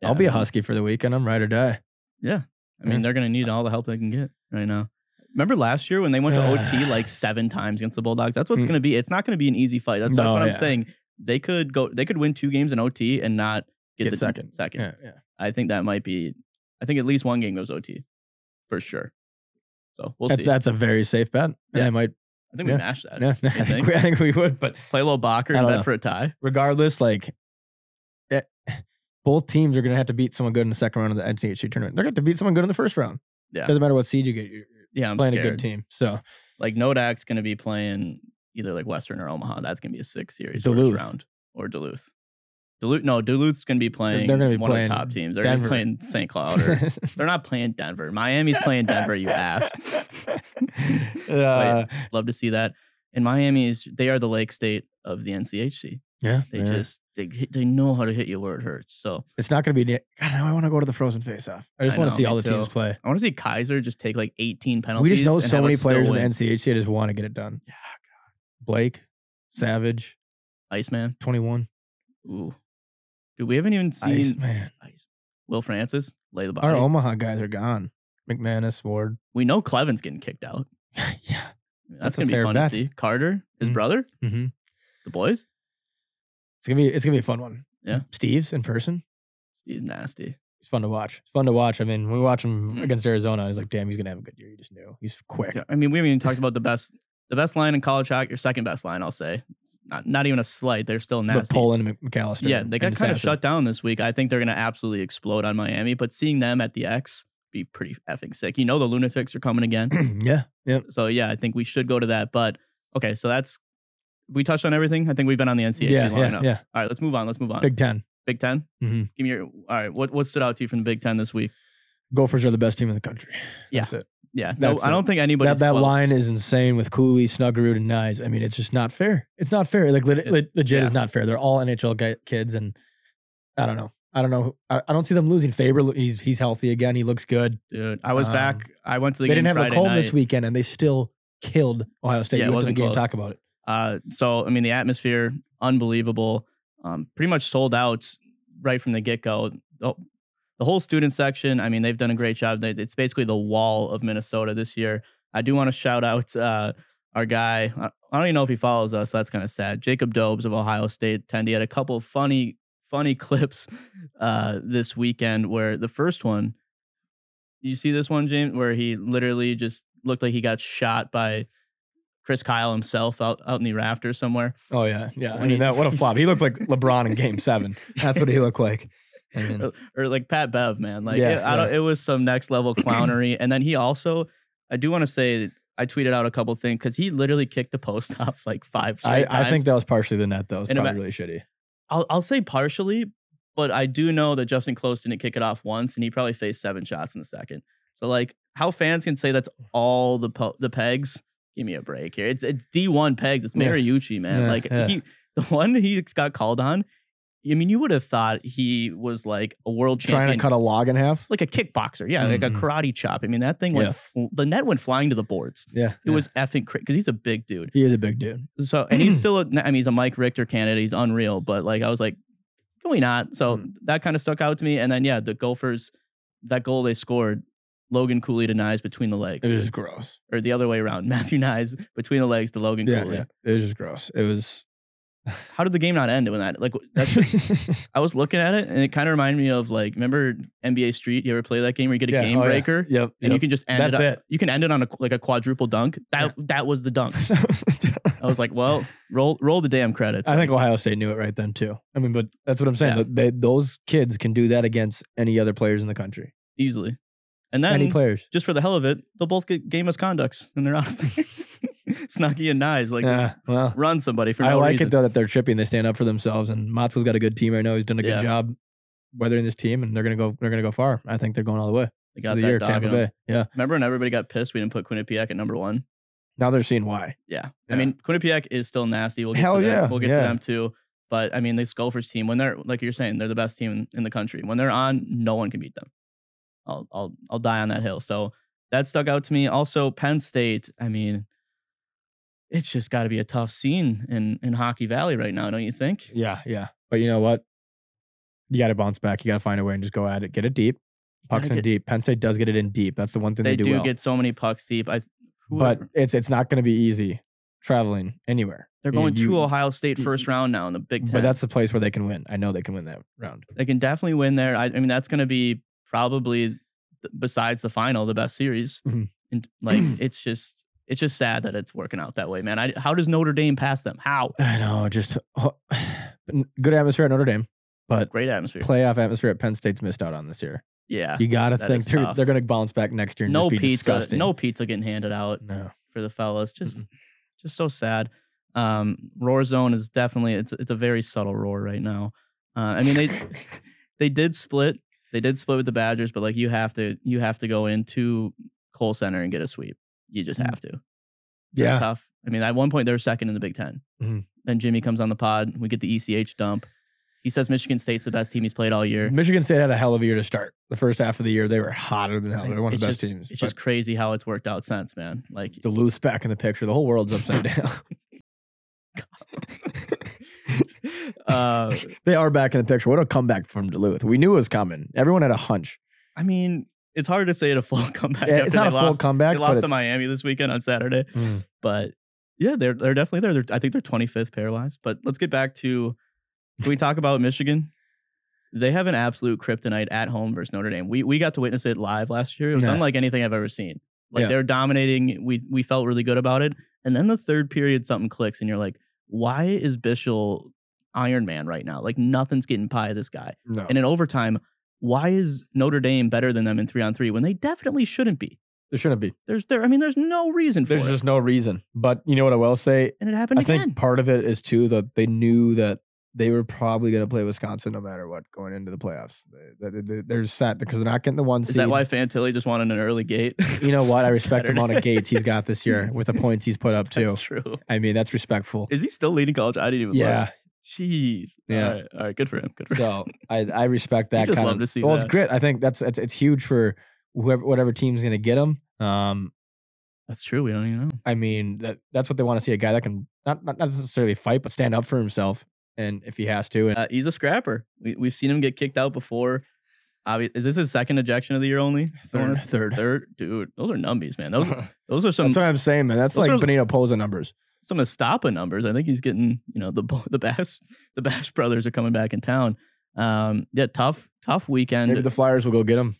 Speaker 1: Yeah,
Speaker 2: I'll be a
Speaker 1: man.
Speaker 2: Husky for the weekend. I'm ride or die.
Speaker 1: I mean,
Speaker 2: Yeah.
Speaker 1: they're going to need all the help they can get right now. Remember last year when they went to OT like seven times against the Bulldogs? That's what it's
Speaker 2: Mm.
Speaker 1: going to be. It's not going to be an easy fight. That's, that's
Speaker 2: No,
Speaker 1: what I'm
Speaker 2: yeah.
Speaker 1: saying. They could go. They could win two games in OT and not get,
Speaker 2: Get
Speaker 1: the
Speaker 2: second.
Speaker 1: Second.
Speaker 2: Yeah, yeah.
Speaker 1: I think that might be. I think at least one game goes OT, for sure. So we'll
Speaker 2: that's
Speaker 1: see.
Speaker 2: that's a very safe bet. And
Speaker 1: Yeah.
Speaker 2: I might
Speaker 1: I think we
Speaker 2: yeah,
Speaker 1: mashed that.
Speaker 2: Yeah, I
Speaker 1: You think?
Speaker 2: think, we, I think we would. But
Speaker 1: Play a little Bocker
Speaker 2: I
Speaker 1: and
Speaker 2: don't
Speaker 1: bet
Speaker 2: know.
Speaker 1: for a tie.
Speaker 2: regardless, like eh, both teams are going to have to beat someone good in the second round of the NCHC tournament. They're going to have to beat someone good in the first round.
Speaker 1: Yeah.
Speaker 2: doesn't matter what seed you get. You're you're
Speaker 1: Yeah, I'm
Speaker 2: playing
Speaker 1: scared.
Speaker 2: a good team. So
Speaker 1: Like Nodak's going to be playing either like Western or Omaha. That's going to be a six series
Speaker 2: Duluth.
Speaker 1: first round or Duluth. Duluth, no, Duluth's going to be playing.
Speaker 2: they're gonna be
Speaker 1: one of
Speaker 2: playing
Speaker 1: the top teams. They're going to be
Speaker 2: Denver.
Speaker 1: playing St. Cloud. Or, they're not playing Denver. Miami's playing Denver. You ass.
Speaker 2: Uh,
Speaker 1: Love to see that. And Miami is they are the Lake State of the NCHC.
Speaker 2: yeah,
Speaker 1: They
Speaker 2: yeah.
Speaker 1: just they hit- they know how to hit you where it hurts. So
Speaker 2: it's not going to be. God, now I want to go to the Frozen Faceoff. I just
Speaker 1: I
Speaker 2: want
Speaker 1: know,
Speaker 2: to see
Speaker 1: me
Speaker 2: all the teams
Speaker 1: too.
Speaker 2: play.
Speaker 1: I want to see Kaiser just take like 18 penalties.
Speaker 2: We just know
Speaker 1: and
Speaker 2: so
Speaker 1: have
Speaker 2: many
Speaker 1: us still
Speaker 2: players in the
Speaker 1: win.
Speaker 2: NCHC that just want to get it done.
Speaker 1: Yeah,
Speaker 2: Blake, Savage,
Speaker 1: Iceman.
Speaker 2: 21.
Speaker 1: Ooh. Dude, we haven't even seen
Speaker 2: Ice, man.
Speaker 1: Ice- Will Francis lay the body.
Speaker 2: Our Omaha guys are gone. McManus, Ward.
Speaker 1: we know Clevin's getting kicked out.
Speaker 2: yeah.
Speaker 1: That's,
Speaker 2: That's a
Speaker 1: gonna be
Speaker 2: fair
Speaker 1: fun
Speaker 2: bet.
Speaker 1: to see. Carter, his
Speaker 2: Mhm.
Speaker 1: brother,
Speaker 2: Mm-hmm.
Speaker 1: the boys.
Speaker 2: It's gonna be it's gonna be a fun one.
Speaker 1: Yeah.
Speaker 2: Steve's in person.
Speaker 1: He's nasty.
Speaker 2: It's fun to watch. It's fun to watch. I mean, we watch him
Speaker 1: Mhm.
Speaker 2: against Arizona. He's like, damn, he's gonna have a good year. You just knew. He's quick.
Speaker 1: Yeah, I mean, we haven't even talked about the best, the best line in college hockey. Your second best line, I'll say. Not, not even a slight. They're still
Speaker 2: But
Speaker 1: nasty.
Speaker 2: Poland and Mc- McAllister.
Speaker 1: yeah, they got
Speaker 2: and
Speaker 1: kind of
Speaker 2: Sassen.
Speaker 1: shut down this week. I think they're gonna absolutely explode on Miami. But seeing them at the X be pretty effing sick. You know the lunatics are coming again.
Speaker 2: yeah. Yeah.
Speaker 1: so yeah, I think we should go to that. But okay, so that's we touched on everything. I think we've been on the NCAA
Speaker 2: Yeah.
Speaker 1: long
Speaker 2: Yeah.
Speaker 1: enough.
Speaker 2: yeah.
Speaker 1: All right, let's move on. Let's move on.
Speaker 2: Big Ten.
Speaker 1: Big Ten.
Speaker 2: Mhm.
Speaker 1: Give me your. All right, what what stood out to you from the Big Ten this week?
Speaker 2: Gophers are the best team in the country.
Speaker 1: Yeah.
Speaker 2: That's it.
Speaker 1: Yeah, no,
Speaker 2: That's
Speaker 1: I don't think anybody.
Speaker 2: that that line is insane with Cooley, Snuggerud, and Nyes. I mean, it's just not fair. It's not fair. Like lit,
Speaker 1: It-
Speaker 2: lit, legit,
Speaker 1: yeah.
Speaker 2: is not fair. They're all NHL guy, kids, and I don't know. I don't know. who- I, I don't see them losing. Faber, lo- he's he's healthy again. He looks good.
Speaker 1: Dude, I was
Speaker 2: Um,
Speaker 1: back. I went to the
Speaker 2: they
Speaker 1: game
Speaker 2: didn't have
Speaker 1: Friday
Speaker 2: Lacombe
Speaker 1: night.
Speaker 2: this weekend, and they still killed Ohio State.
Speaker 1: Yeah, it
Speaker 2: you went to the
Speaker 1: wasn't
Speaker 2: game.
Speaker 1: close.
Speaker 2: Talk about it.
Speaker 1: Uh, so I mean, the atmosphere unbelievable. Um, pretty much sold out right from the get go. The, the whole student section. I mean, they've done a great job. They, it's basically the wall of Minnesota this year. I do want to shout out uh, our guy. I, I don't even know if he follows us. So that's kind of sad. Jacob Dobes of Ohio State. Tendy had a couple of funny, funny clips uh, this weekend where the first one. You see this one, James, where he literally just looked like he got shot by Chris Kyle himself out, out in the rafters somewhere.
Speaker 2: Oh yeah, yeah. I
Speaker 1: When he-
Speaker 2: mean, that what a flop. He looked like LeBron in Game Seven. That's what he looked like. I mean,
Speaker 1: or, or like Pat Bev, man. Like
Speaker 2: Yeah,
Speaker 1: it, I don't, it was some next level clownery. and then he also, I do want to say, I tweeted out a couple things because he literally kicked the post off like five
Speaker 2: I,
Speaker 1: straight times.
Speaker 2: I think that was partially the net. That was
Speaker 1: And ima-
Speaker 2: probably really shitty.
Speaker 1: I'll, I'll say partially, but I do know that Justin Close didn't kick it off once, and he probably faced seven shots in the second. So like, how fans can say that's
Speaker 2: Mm.
Speaker 1: all the po- the pegs? Give me a break here. It's it's D one pegs. It's
Speaker 2: Yeah.
Speaker 1: Mariucci, man.
Speaker 2: Yeah,
Speaker 1: like
Speaker 2: yeah.
Speaker 1: he, the one he got called on. I mean, you would have thought he was like a world champion,
Speaker 2: Trying to cut a log in half.
Speaker 1: like a kickboxer. Yeah, like a
Speaker 2: Mhm.
Speaker 1: karate chop. I mean, that thing went. fl- the net went flying to the boards.
Speaker 2: Yeah,
Speaker 1: It was effing crazy because he's a big dude.
Speaker 2: He is a big dude.
Speaker 1: So and
Speaker 2: Mm.
Speaker 1: he's still a, I mean he's a Mike Richter candidate. He's unreal, but like I was like, can we not? So
Speaker 2: Mm.
Speaker 1: that kind of stuck out to me. And then yeah, the Gophers, that goal they scored, Logan Cooley denies between the legs,
Speaker 2: It was just gross.
Speaker 1: or the other way around, Matthew Nyes between the legs to Logan
Speaker 2: Yeah,
Speaker 1: Cooley.
Speaker 2: yeah. It was just gross. It was.
Speaker 1: How did the game not end when that? Like that should, I was looking at it and it kind of reminded me of like remember NBA Street? You ever play that game where you get a
Speaker 2: Yeah,
Speaker 1: game
Speaker 2: oh, yeah.
Speaker 1: breaker?
Speaker 2: Yep.
Speaker 1: And you can just end
Speaker 2: That's
Speaker 1: it, on-
Speaker 2: it.
Speaker 1: You can end it on a, like a quadruple dunk. That that was the dunk. I was like, well, roll roll the damn credits.
Speaker 2: I think Ohio State knew it right then too. I mean, but that's what I'm saying.
Speaker 1: Yeah.
Speaker 2: that They, those kids can do that against any other players in the country.
Speaker 1: easily. And then
Speaker 2: any players.
Speaker 1: just for the hell of it, they'll both get game misconducts and they're out. Snuggy and Nyes, like just
Speaker 2: Yeah, well,
Speaker 1: run somebody for no
Speaker 2: I like
Speaker 1: reason.
Speaker 2: it though that they're chipping. They stand up for themselves, and Matzo's got a good team right now. He's done a good
Speaker 1: Yeah.
Speaker 2: job weathering this team, and they're gonna go. They're gonna go far. I think they're going all the way.
Speaker 1: They
Speaker 2: This
Speaker 1: got
Speaker 2: is
Speaker 1: that
Speaker 2: the year,
Speaker 1: dog
Speaker 2: Tampa
Speaker 1: in 'em.
Speaker 2: Bay. Yeah.
Speaker 1: Remember when everybody got pissed we didn't put Quinnipiac at number one?
Speaker 2: Now they're seeing why.
Speaker 1: Yeah. I
Speaker 2: Yeah.
Speaker 1: mean, Quinnipiac is still nasty. We'll get
Speaker 2: Hell
Speaker 1: to them.
Speaker 2: yeah,
Speaker 1: We'll get to
Speaker 2: yeah.
Speaker 1: them too. But I mean, this Gophers team, when they're like you're saying, they're the best team in, in the country. When they're on, no one can beat them. I'll I'll I'll die on that hill. So that stuck out to me. Also, Penn State. I mean, it's just got to be a tough scene in in Hockey Valley right now, don't you think?
Speaker 2: Yeah, yeah. But you know what? You got to bounce back. You got to find a way and just go at it. Get it deep. Pucks
Speaker 1: gotta
Speaker 2: in
Speaker 1: get-
Speaker 2: deep. Penn State does get it in deep. That's the one thing
Speaker 1: they,
Speaker 2: they,
Speaker 1: do
Speaker 2: well.
Speaker 1: get so many pucks deep. I
Speaker 2: but
Speaker 1: whoever-
Speaker 2: it's it's not going to be easy traveling anywhere.
Speaker 1: they're
Speaker 2: You-
Speaker 1: going
Speaker 2: you-
Speaker 1: to Ohio State
Speaker 2: you-
Speaker 1: first round now in the Big Ten.
Speaker 2: But that's the place where they can win. I know they can win that round.
Speaker 1: they can definitely win there. I, I mean, that's going to be probably th- besides the final the best series.
Speaker 2: Mhm.
Speaker 1: And like, it's just it's just sad that it's working out that way, man. I, how does Notre Dame pass them? How
Speaker 2: I know. Just oh, good atmosphere at Notre Dame, but
Speaker 1: great atmosphere.
Speaker 2: playoff atmosphere at Penn State's missed out on this year.
Speaker 1: Yeah,
Speaker 2: You got to
Speaker 1: that is
Speaker 2: think they're
Speaker 1: tough.
Speaker 2: they're going to bounce back next year. And
Speaker 1: no
Speaker 2: just be
Speaker 1: pizza,
Speaker 2: Disgusting.
Speaker 1: no pizza getting handed out
Speaker 2: no.
Speaker 1: for the fellas. Just just so sad. Um, roar zone is definitely it's it's a very subtle roar right now. Uh, I mean they. they did split. They did split with the Badgers, but like you have to you have to go into Cole Center and get a sweep. You just
Speaker 2: Mm.
Speaker 1: have to. They're
Speaker 2: yeah.
Speaker 1: tough. I mean, at one point they were second in the Big 10
Speaker 2: Mhm.
Speaker 1: Then Jimmy comes on the pod. We get the ECH dump. He says Michigan State's the best team he's played all year.
Speaker 2: Michigan State had a hell of a year to start. The first half of the year, they were hotter than hell. They were one of the
Speaker 1: It's
Speaker 2: best
Speaker 1: just-
Speaker 2: teams.
Speaker 1: It's
Speaker 2: but
Speaker 1: just crazy how it's worked out since, man. Like
Speaker 2: Duluth's back in the picture. The whole world's upside down.
Speaker 1: Uh,
Speaker 2: They are back in the picture. What a comeback from Duluth. We knew it was coming. Everyone had a hunch.
Speaker 1: I mean, it's hard to say it a full comeback.
Speaker 2: Yeah,
Speaker 1: after
Speaker 2: it's not
Speaker 1: they
Speaker 2: a full
Speaker 1: lost,
Speaker 2: comeback.
Speaker 1: They
Speaker 2: but
Speaker 1: lost to
Speaker 2: it's-
Speaker 1: Miami this weekend on Saturday,
Speaker 2: Mm.
Speaker 1: but yeah, they're they're definitely there. They're, I think they're 25th pairwise. But let's get back to. Can we talk about Michigan? They have an absolute kryptonite at home versus Notre Dame. We we got to witness it live last year. It was
Speaker 2: Yeah.
Speaker 1: unlike anything I've ever seen. Like
Speaker 2: Yeah.
Speaker 1: they're dominating. We we felt really good about it, and then the third period something clicks, and you're like, why is Bishel Iron Man right now? Like nothing's getting pie of this guy
Speaker 2: No.
Speaker 1: and in overtime, why is Notre Dame better than them in three on three when they definitely shouldn't be?
Speaker 2: there shouldn't be.
Speaker 1: There's there, I mean, there's no reason for
Speaker 2: There's
Speaker 1: it,
Speaker 2: just no reason. But you know what I will say?
Speaker 1: and it happened
Speaker 2: I
Speaker 1: again.
Speaker 2: think part of it is too that they knew that they were probably going to play Wisconsin no matter what going into the playoffs. They, they, they, they're set because they're not getting the one
Speaker 1: is
Speaker 2: seed.
Speaker 1: that why Fantilli just wanted an early gate?
Speaker 2: You know what? I respect the amount
Speaker 1: Saturday.
Speaker 2: of gates he's got this year with the points he's put up too.
Speaker 1: That's true.
Speaker 2: I mean, that's respectful.
Speaker 1: Is he still leading college? I didn't even. look.
Speaker 2: Yeah.
Speaker 1: Jeez.
Speaker 2: Yeah.
Speaker 1: All right. All right. Good for him. Good for him.
Speaker 2: So I, I respect that.
Speaker 1: just
Speaker 2: kind
Speaker 1: love
Speaker 2: of,
Speaker 1: to see
Speaker 2: Well,
Speaker 1: that.
Speaker 2: it's grit. I think that's it's, it's huge for whoever whatever team's going to get him. Um,
Speaker 1: That's true. We don't even know.
Speaker 2: I mean, that that's what they want to see a guy that can not, not not necessarily fight, but stand up for himself, and if he has to. And
Speaker 1: Uh, he's a scrapper. We, we've seen him get kicked out before. Obvi- is this his second ejection of the year only? I wanna-
Speaker 2: third.
Speaker 1: Third. Dude, those are numbies, man. Uh, Those those
Speaker 2: that's
Speaker 1: are some
Speaker 2: what I'm saying, man. That's
Speaker 1: Those
Speaker 2: like
Speaker 1: are-
Speaker 2: Benito Poza numbers.
Speaker 1: some Estapa numbers. I think he's getting, you know, the Bo- the Bass the Bass brothers are coming back in town. Um, yeah, tough tough weekend.
Speaker 2: Maybe
Speaker 1: Maybe,
Speaker 2: the Flyers will go get him.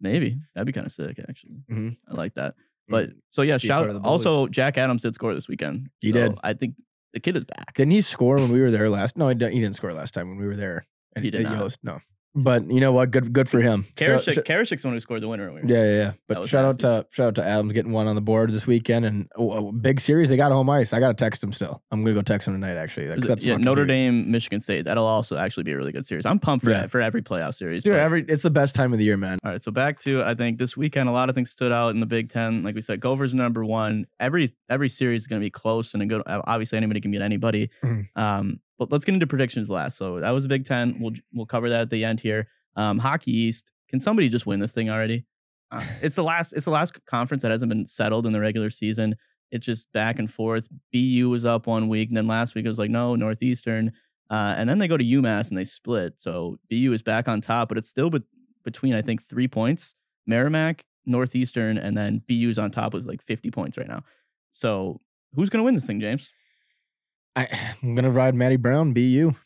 Speaker 1: that'd be kind of sick actually.
Speaker 2: Mhm.
Speaker 1: I like that. But so yeah,
Speaker 2: Mm-hmm. Be
Speaker 1: shout
Speaker 2: part of the Bullies.
Speaker 1: also Jack Adams did score this weekend.
Speaker 2: He
Speaker 1: So
Speaker 2: did.
Speaker 1: I think the kid is back.
Speaker 2: didn't he score when we were there last? No, he didn't, he didn't score last time when we were there. at-
Speaker 1: He did
Speaker 2: at
Speaker 1: not.
Speaker 2: Yost, No, but you know what? Good good for him. Shout-
Speaker 1: Karashik,
Speaker 2: shout-
Speaker 1: Karashik's the one who scored the winner. when we were-
Speaker 2: yeah, yeah, yeah. But
Speaker 1: was
Speaker 2: shout out to shout out to Adams getting one on the board this weekend and oh, a big series. They got home ice. I gotta text him still. I'm gonna go text him tonight. Actually,
Speaker 1: Is
Speaker 2: 'cause
Speaker 1: it-
Speaker 2: that's
Speaker 1: yeah,
Speaker 2: fucking
Speaker 1: Notre
Speaker 2: huge.
Speaker 1: Dame, Michigan State. That'll also actually be a really good series. I'm pumped for,
Speaker 2: Yeah.
Speaker 1: for every playoff series.
Speaker 2: Dude,
Speaker 1: but-
Speaker 2: every it's the best time of the year, man.
Speaker 1: All right, so back to I think this weekend a lot of things stood out in the Big Ten. Like we said, Gophers number one. Every every series is going to be close and a good. Obviously, anybody can beat anybody.
Speaker 2: Mhm.
Speaker 1: Um, but let's get into predictions last. So that was the Big Ten. We'll we'll cover that at the end here. Um, Hockey East. Can somebody just win this thing already? Uh, it's the last. It's the last conference that hasn't been settled in the regular season. It's just back and forth. BU was up one week, and then last week it was like no Northeastern, uh, and then they go to UMass and they split. So BU is back on top, but it's still but between I think three points. Merrimack, Northeastern, and then BU's on top with like 50 points right now. So who's gonna win this thing, James?
Speaker 2: I, I'm gonna ride Matty Brown. Be you.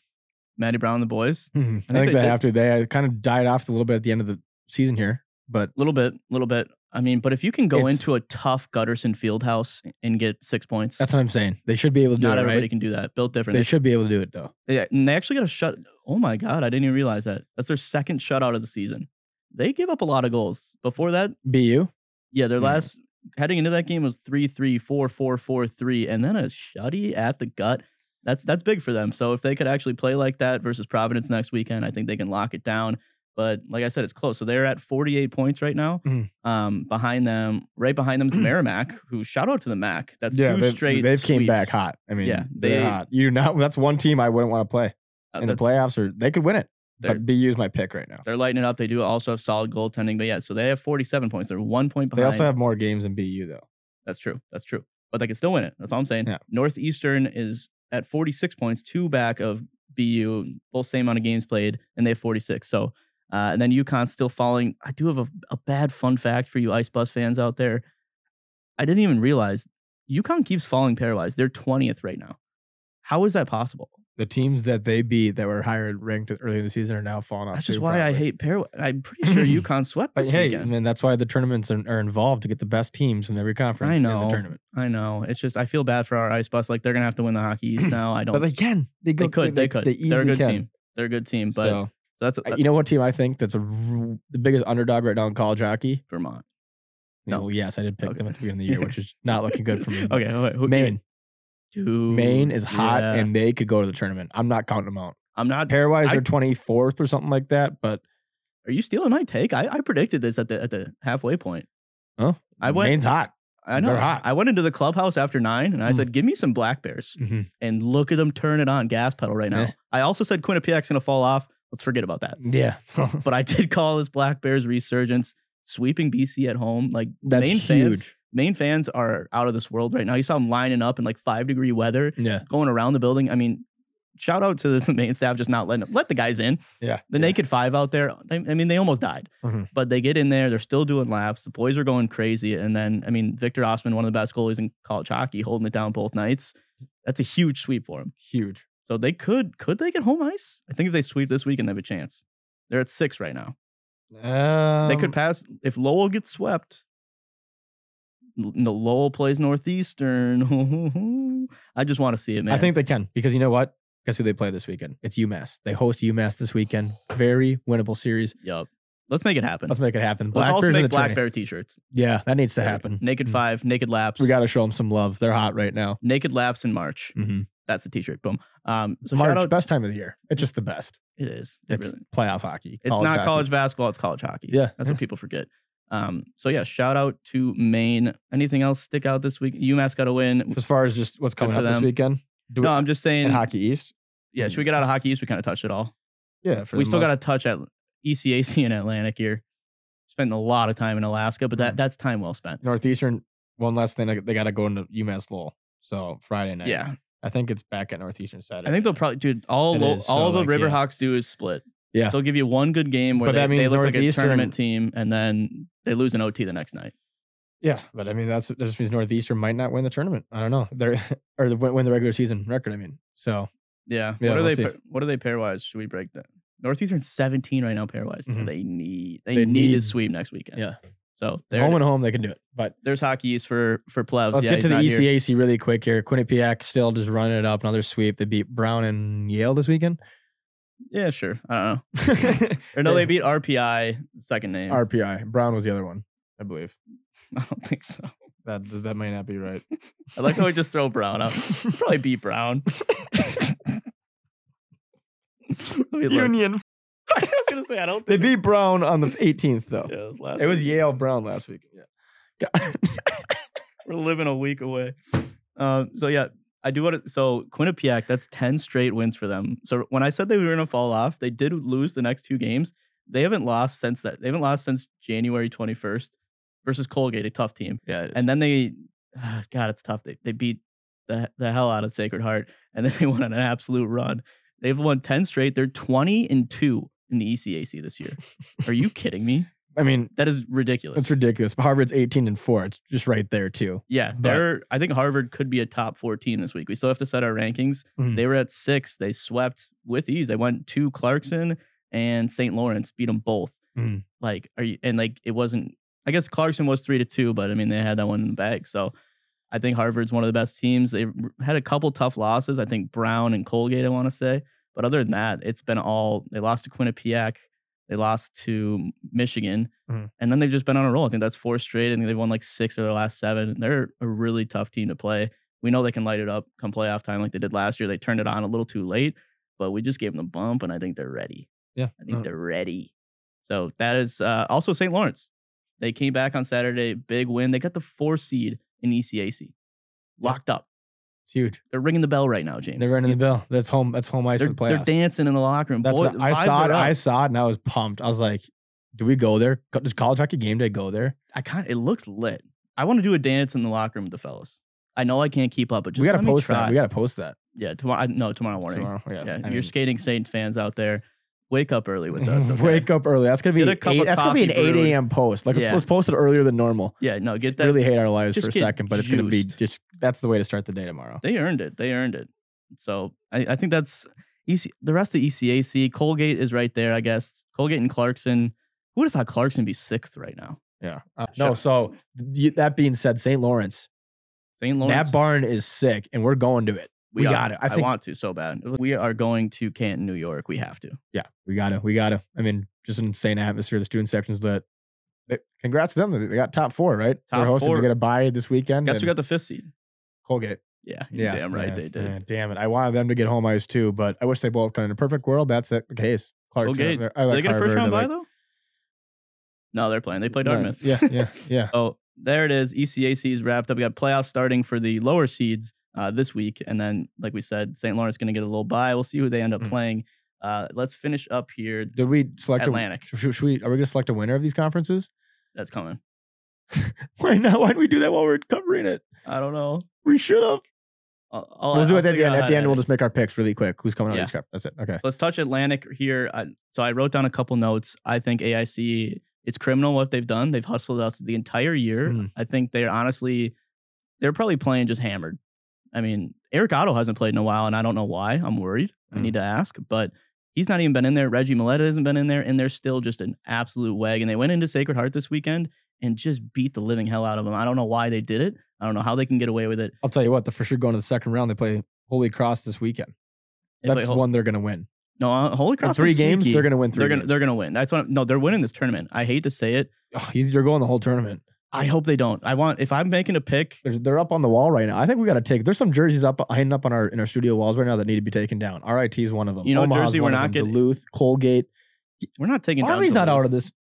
Speaker 1: Maddie Brown, and the boys.
Speaker 2: I, think
Speaker 1: they
Speaker 2: they,
Speaker 1: did.
Speaker 2: have to. They kind of died off a little bit at the end of the season here, but
Speaker 1: A little bit, little bit. I mean, but if you can go
Speaker 2: It's-
Speaker 1: into a tough Gutterson Fieldhouse and get six points,
Speaker 2: that's what I'm saying. They should be able to do
Speaker 1: not
Speaker 2: it,
Speaker 1: everybody
Speaker 2: right?
Speaker 1: can do that. Built different.
Speaker 2: They should be able to do it though.
Speaker 1: Yeah, and they actually got a shut. Oh my god, I didn't even realize that. That's their second shutout of the season. They give up a lot of goals. Before that,
Speaker 2: BU.
Speaker 1: yeah, their
Speaker 2: Mhm.
Speaker 1: last heading into that game was three three four four four three, and then a shutty at the gut. That's that's big for them. So if they could actually play like that versus Providence next weekend, I think they can lock it down. But like I said, it's close. So they're at 48 points right now.
Speaker 2: Mhm.
Speaker 1: Um, behind them, right behind them is Merrimack, who shout out to the Mac. That's two
Speaker 2: they've,
Speaker 1: straight.
Speaker 2: They've came back
Speaker 1: sweeps.
Speaker 2: hot. I mean,
Speaker 1: Yeah,
Speaker 2: they're
Speaker 1: they-
Speaker 2: hot. You not. That's one team I wouldn't want to play
Speaker 1: Uh,
Speaker 2: in the
Speaker 1: that's-
Speaker 2: playoffs, or they could win it.
Speaker 1: they're-
Speaker 2: But BU is my pick right now.
Speaker 1: They're lighting it up. They do also have solid goaltending, but yeah, so they have 47 points. They're one point
Speaker 2: They
Speaker 1: behind.
Speaker 2: also have more games than BU though.
Speaker 1: That's true. That's true. But they can still win it. That's all I'm saying.
Speaker 2: Yeah.
Speaker 1: Northeastern is at 46 points, two back of BU, both same amount of games played, and they have 46. So, uh, and then UConn's still falling. I do have a, a bad fun fact for you Ice Bus fans out there. I didn't even realize UConn keeps falling pairwise. They're 20th right now. How is that possible?
Speaker 2: The teams that they beat that were higher ranked early in the season are now falling off.
Speaker 1: That's just
Speaker 2: too,
Speaker 1: why I
Speaker 2: Uh, probably.
Speaker 1: hate pairwise. I'm pretty sure UConn swept
Speaker 2: But
Speaker 1: this
Speaker 2: hey,
Speaker 1: weekend.
Speaker 2: I mean, that's why the tournaments are, are involved to get the best teams from every conference in
Speaker 1: know.
Speaker 2: the tournament.
Speaker 1: I know. It's just I feel bad for our ice bus. Like they're gonna have to win the hockey east now. I don't.
Speaker 2: But they can. They,
Speaker 1: they
Speaker 2: go,
Speaker 1: could. They, could.
Speaker 2: They
Speaker 1: They
Speaker 2: easily
Speaker 1: are a good
Speaker 2: can.
Speaker 1: team. They're a good team. But
Speaker 2: So,
Speaker 1: that's uh,
Speaker 2: I-
Speaker 1: that's
Speaker 2: you know what team I think that's a, r- the biggest underdog right now in college hockey?
Speaker 1: Vermont. No.
Speaker 2: No. Well, yes, I did pick
Speaker 1: Okay.
Speaker 2: them at the beginning of the year, which is not looking good for me. but
Speaker 1: okay. Wait, who,
Speaker 2: Maine.
Speaker 1: Dude,
Speaker 2: Maine is hot,
Speaker 1: yeah.
Speaker 2: and they could go to the tournament. I'm not counting them out.
Speaker 1: I'm not.
Speaker 2: Pairwise,
Speaker 1: I-
Speaker 2: they're 24th or something like that. But
Speaker 1: Are you stealing my take? I, I predicted this at the at the halfway point.
Speaker 2: oh,
Speaker 1: I went-
Speaker 2: Maine's hot.
Speaker 1: I know.
Speaker 2: They're hot.
Speaker 1: I went into the clubhouse after nine, and I
Speaker 2: Mm.
Speaker 1: said, "Give me some black bears
Speaker 2: Mhm.
Speaker 1: and look at them turn it on gas pedal right now."
Speaker 2: Yeah.
Speaker 1: I also said Quinnipiac's gonna fall off. Let's forget about that.
Speaker 2: Yeah,
Speaker 1: But I did call this black bears resurgence, sweeping BC at home. Like
Speaker 2: that's
Speaker 1: Maine fans
Speaker 2: huge.
Speaker 1: Maine fans are out of this world right now. You saw them lining up in like five degree weather,
Speaker 2: Yeah,
Speaker 1: going around the building. I mean, shout out to the main staff just not letting let the guys in.
Speaker 2: Yeah.
Speaker 1: The naked five out there, I, I mean, they almost died,
Speaker 2: Mhm.
Speaker 1: but they get in there. They're still doing laps. The boys are going crazy. And then, I mean, Victor Osman, one of the best goalies in college hockey, holding it down both nights. That's a huge sweep for him.
Speaker 2: Huge.
Speaker 1: So they could could they get home ice? I think if they sweep this weekend, they have a chance. They're at six right now.
Speaker 2: Um,
Speaker 1: they could pass if Lowell gets swept. L- No, Lowell plays Northeastern. I just want to see it, man.
Speaker 2: I think they can because you know what? Guess who they play this weekend? It's UMass. They host UMass this weekend. Very winnable series.
Speaker 1: Yup. Let's make it happen.
Speaker 2: Let's make it happen.
Speaker 1: Let's
Speaker 2: Black
Speaker 1: also
Speaker 2: Bears in the
Speaker 1: make black
Speaker 2: black
Speaker 1: bear t-shirts.
Speaker 2: Yeah, that needs to
Speaker 1: There we go.
Speaker 2: happen.
Speaker 1: Naked
Speaker 2: Mm.
Speaker 1: five, naked laps.
Speaker 2: We got to show them some love. They're hot right now.
Speaker 1: naked laps in March.
Speaker 2: Mm-hmm.
Speaker 1: That's the t-shirt. Boom. Um, so
Speaker 2: March,
Speaker 1: shout out.
Speaker 2: best time of the year. It's just the best.
Speaker 1: It is. It
Speaker 2: It's
Speaker 1: really-
Speaker 2: playoff hockey.
Speaker 1: it's not
Speaker 2: hockey.
Speaker 1: college basketball. It's college hockey.
Speaker 2: Yeah,
Speaker 1: that's
Speaker 2: yeah.
Speaker 1: what people forget. Um, so yeah, shout out to Maine. Anything else stick out this week? UMass got to win.
Speaker 2: As far as just what's coming
Speaker 1: for
Speaker 2: up this
Speaker 1: them.
Speaker 2: weekend, do
Speaker 1: No,
Speaker 2: we-
Speaker 1: I'm just saying.
Speaker 2: in hockey East.
Speaker 1: Yeah, should we get out of hockey east? We kind of touched it all.
Speaker 2: Yeah, for
Speaker 1: we
Speaker 2: the
Speaker 1: still
Speaker 2: most-
Speaker 1: got to touch at E ECAC in Atlantic here. Spent a lot of time in Alaska, but that
Speaker 2: Mhm.
Speaker 1: that's time well spent.
Speaker 2: Northeastern. One last thing, like, they got to go into UMass Lowell. So Friday night.
Speaker 1: Yeah,
Speaker 2: I think it's back at Northeastern Saturday.
Speaker 1: I think they'll
Speaker 2: night.
Speaker 1: probably, dude. All
Speaker 2: It
Speaker 1: lo-
Speaker 2: is, so,
Speaker 1: all
Speaker 2: like,
Speaker 1: the
Speaker 2: yeah.
Speaker 1: Riverhawks do is split.
Speaker 2: Yeah.
Speaker 1: they'll give you one good game where
Speaker 2: But that
Speaker 1: they, they
Speaker 2: means
Speaker 1: look like a
Speaker 2: Northeastern-
Speaker 1: tournament team, and then they lose an OT the next night.
Speaker 2: Yeah, but I mean that's that just means Northeastern might not win the tournament. I don't know. They're or the, win win the regular season record. I mean, so
Speaker 1: Yeah.
Speaker 2: Yeah,
Speaker 1: what are
Speaker 2: we'll
Speaker 1: they?
Speaker 2: see.
Speaker 1: Pair, what are they pairwise? Should we break that? Northeastern's 17 right now pairwise.
Speaker 2: Mhm.
Speaker 1: They need they,
Speaker 2: They
Speaker 1: need, to
Speaker 2: need-
Speaker 1: sweep next weekend.
Speaker 2: Yeah.
Speaker 1: So
Speaker 2: it's
Speaker 1: there,
Speaker 2: home
Speaker 1: it-
Speaker 2: and home they can do it. But
Speaker 1: there's hockey's for for plebs.
Speaker 2: let's
Speaker 1: Yeah,
Speaker 2: get
Speaker 1: he's
Speaker 2: to the E
Speaker 1: not here.
Speaker 2: ECAC really quick here. Quinnipiac still just running it up. Another sweep. They beat Brown and Yale this weekend.
Speaker 1: Yeah, sure. I don't know. Or no,
Speaker 2: Yeah.
Speaker 1: they beat RPI second name. I
Speaker 2: RPI. Brown was the other one, I believe.
Speaker 1: I don't think so.
Speaker 2: That that may not be right.
Speaker 1: I like how we just throw Brown out. Probably beat Brown. Let me look.
Speaker 2: Union.
Speaker 1: I was gonna say I don't.
Speaker 2: They
Speaker 1: Think
Speaker 2: beat Brown on the 18th though.
Speaker 1: Yeah, it was last
Speaker 2: Oh. It was
Speaker 1: week.
Speaker 2: Yale Brown last week. Yeah.
Speaker 1: We're living a week away. Um, so yeah, I do want to. So Quinnipiac, that's ten straight wins for them. So when I said they were going to fall off, they did lose the next two games. They haven't lost since that. They haven't lost since January twenty first versus Colgate, a tough team.
Speaker 2: Yeah. it is.
Speaker 1: And then they, ah, God, it's tough. They they beat the the hell out of Sacred Heart, and then they went on an absolute run. They've won ten straight. They're twenty and two in the E ECAC this year. Are you kidding me?
Speaker 2: I mean,
Speaker 1: That is ridiculous.
Speaker 2: That's ridiculous. Harvard's 18 and 4. It's just right there, too.
Speaker 1: Yeah,
Speaker 2: But-
Speaker 1: they're. I think Harvard could be a top 14 this week. We still have to set our rankings.
Speaker 2: Mhm.
Speaker 1: They were at six. They swept with ease. They went to Clarkson and St. Lawrence, beat them both.
Speaker 2: Mhm.
Speaker 1: Like, are you? And like, it wasn't. I guess Clarkson was three to two, but I mean, they had that one in the bag. So, I think Harvard's one of the best teams. They r- had a couple tough losses. I think Brown and Colgate. I want to say, but other than that, it's been all. They lost to Quinnipiac. They lost to Michigan,
Speaker 2: Mhm.
Speaker 1: and then they've just been on a roll. I think that's four straight. I think they've won like six of their last seven. And they're a really tough team to play. We know they can light it up come playoff time, like they did last year. They turned it on a little too late, but we just gave them the bump, and I think they're ready.
Speaker 2: Yeah.
Speaker 1: I think
Speaker 2: No.
Speaker 1: they're ready. So that is uh, also St. Lawrence. They came back on Saturday, big win. They got the four seed in E ECAC, locked up.
Speaker 2: It's huge.
Speaker 1: They're ringing the bell right now, James.
Speaker 2: They're running the bell. That's home. That's home ice
Speaker 1: They're,
Speaker 2: for the
Speaker 1: they're
Speaker 2: playoffs.
Speaker 1: dancing in the locker room.
Speaker 2: that's
Speaker 1: Boy,
Speaker 2: what, I
Speaker 1: vibes
Speaker 2: saw it.
Speaker 1: are
Speaker 2: I
Speaker 1: up.
Speaker 2: saw it, and I was pumped. I was like, "Do we go there? Co- Does college hockey game day go there?
Speaker 1: I kind of it looks lit. I want to do a dance in the locker room with the fellas. I know I can't keep up, but just
Speaker 2: we gotta
Speaker 1: let me
Speaker 2: post
Speaker 1: try.
Speaker 2: that. We gotta post that
Speaker 1: yeah, tomorrow. I- No, tomorrow morning.
Speaker 2: tomorrow. Yeah,
Speaker 1: Yeah,
Speaker 2: I
Speaker 1: you're
Speaker 2: mean,
Speaker 1: skating Saint fans out there. Wake up early with us. okay?
Speaker 2: Wake up early. That's gonna be
Speaker 1: Get a
Speaker 2: an
Speaker 1: cup
Speaker 2: eight,
Speaker 1: of
Speaker 2: that's gonna be an
Speaker 1: coffee
Speaker 2: eight
Speaker 1: brewed.
Speaker 2: a.m. post. Like let's,
Speaker 1: Yeah.
Speaker 2: let's post it earlier than normal.
Speaker 1: Yeah, no, get that.
Speaker 2: really hate our lives
Speaker 1: just
Speaker 2: for a
Speaker 1: get
Speaker 2: second, but it's gonna be
Speaker 1: juiced.
Speaker 2: just that's the way to start the day tomorrow.
Speaker 1: They earned it. They earned it. So I, I think that's EC, the rest of E ECAC. Colgate is right there, I guess. Colgate and Clarkson. Who would have thought Clarkson would be sixth right now?
Speaker 2: Yeah. Uh,
Speaker 1: Shut
Speaker 2: no.
Speaker 1: up.
Speaker 2: So you, that being said, St. Lawrence,
Speaker 1: St. Lawrence.
Speaker 2: that barn is sick, and we're going to it. we
Speaker 1: are-
Speaker 2: got it. I think-
Speaker 1: want to so bad. We are going to Canton, New York. We have to.
Speaker 2: yeah, we gotta, we gotta. I mean, just an insane atmosphere. The student section's lit. They- Congrats to them. They- They got top four, right?
Speaker 1: Top
Speaker 2: They're hosting.
Speaker 1: four.
Speaker 2: They got a buy this weekend.
Speaker 1: Guess we got
Speaker 2: and
Speaker 1: the fifth seed.
Speaker 2: Colgate.
Speaker 1: Yeah, you're
Speaker 2: Yeah,
Speaker 1: damn right
Speaker 2: yeah,
Speaker 1: they did.
Speaker 2: yeah, damn it. I wanted them to get home ice too, but I wish they both could. In a perfect world, that's it, the case. Clarkson,
Speaker 1: Colgate.
Speaker 2: I
Speaker 1: Did
Speaker 2: like
Speaker 1: they get a first
Speaker 2: Harvard,
Speaker 1: round
Speaker 2: I
Speaker 1: bye
Speaker 2: like-
Speaker 1: though? No, they're playing. They play
Speaker 2: No,
Speaker 1: Dartmouth.
Speaker 2: Yeah, yeah, yeah.
Speaker 1: Oh, there it is. ECAC is wrapped up. We got playoffs starting for the lower seeds uh, this week, and then, like we said, St. Lawrence going to get a little bye. We'll see who they end up
Speaker 2: Mhm.
Speaker 1: playing. Uh, let's finish up here.
Speaker 2: Did we select
Speaker 1: Atlantic.
Speaker 2: A, should, should we? Are we going to select a winner of these conferences?
Speaker 1: That's coming.
Speaker 2: Why not? Why did we do that while we are covering it?
Speaker 1: I don't know.
Speaker 2: We should have.
Speaker 1: I'll, I'll,
Speaker 2: we'll do
Speaker 1: I'll
Speaker 2: it at the
Speaker 1: figure
Speaker 2: end.
Speaker 1: out how
Speaker 2: At the
Speaker 1: to
Speaker 2: end, we'll
Speaker 1: edit.
Speaker 2: just make our picks really quick. Who's coming out
Speaker 1: Yeah.
Speaker 2: of each cup? That's it. Okay.
Speaker 1: So let's touch Atlantic here. I, so I wrote down a couple notes. I think AIC, it's criminal what they've done. They've hustled us the entire year.
Speaker 2: Mm.
Speaker 1: I think they're honestly, they're probably playing just hammered. I mean, Eric Otto hasn't played in a while, and I don't know why. I'm worried. I
Speaker 2: Mm.
Speaker 1: need to ask, but he's not even been in there. Reggie Miletta hasn't been in there, and they're still just an absolute wag. And they went into Sacred Heart this weekend and just beat the living hell out of them. I don't know why they did it. I don't know how they can get away with it.
Speaker 2: I'll tell you what. They're for sure going to the second round. They play Holy Cross this weekend.
Speaker 1: They
Speaker 2: That's
Speaker 1: play Hol-
Speaker 2: one they're going to win.
Speaker 1: No, uh, Holy
Speaker 2: In
Speaker 1: Cross.
Speaker 2: three
Speaker 1: was
Speaker 2: games,
Speaker 1: sneaky.
Speaker 2: they're going to win 3
Speaker 1: they're gonna they're gonna win. That's what I'm, no, they're winning this tournament. I hate to say it.
Speaker 2: gonna, you're going the whole tournament.
Speaker 1: I hope they don't. I want if I'm making a pick,
Speaker 2: There's, they're up on the wall right now. I think we got to take. There's some jerseys up hanging up on our in our studio walls right now that need to be taken down. RIT is one of them.
Speaker 1: You know,
Speaker 2: Omaha's
Speaker 1: jersey
Speaker 2: one
Speaker 1: we're
Speaker 2: of
Speaker 1: not
Speaker 2: them.
Speaker 1: getting-
Speaker 2: Duluth, Colgate.
Speaker 1: we're not taking. down
Speaker 2: Army's not
Speaker 1: Duluth.
Speaker 2: out of this.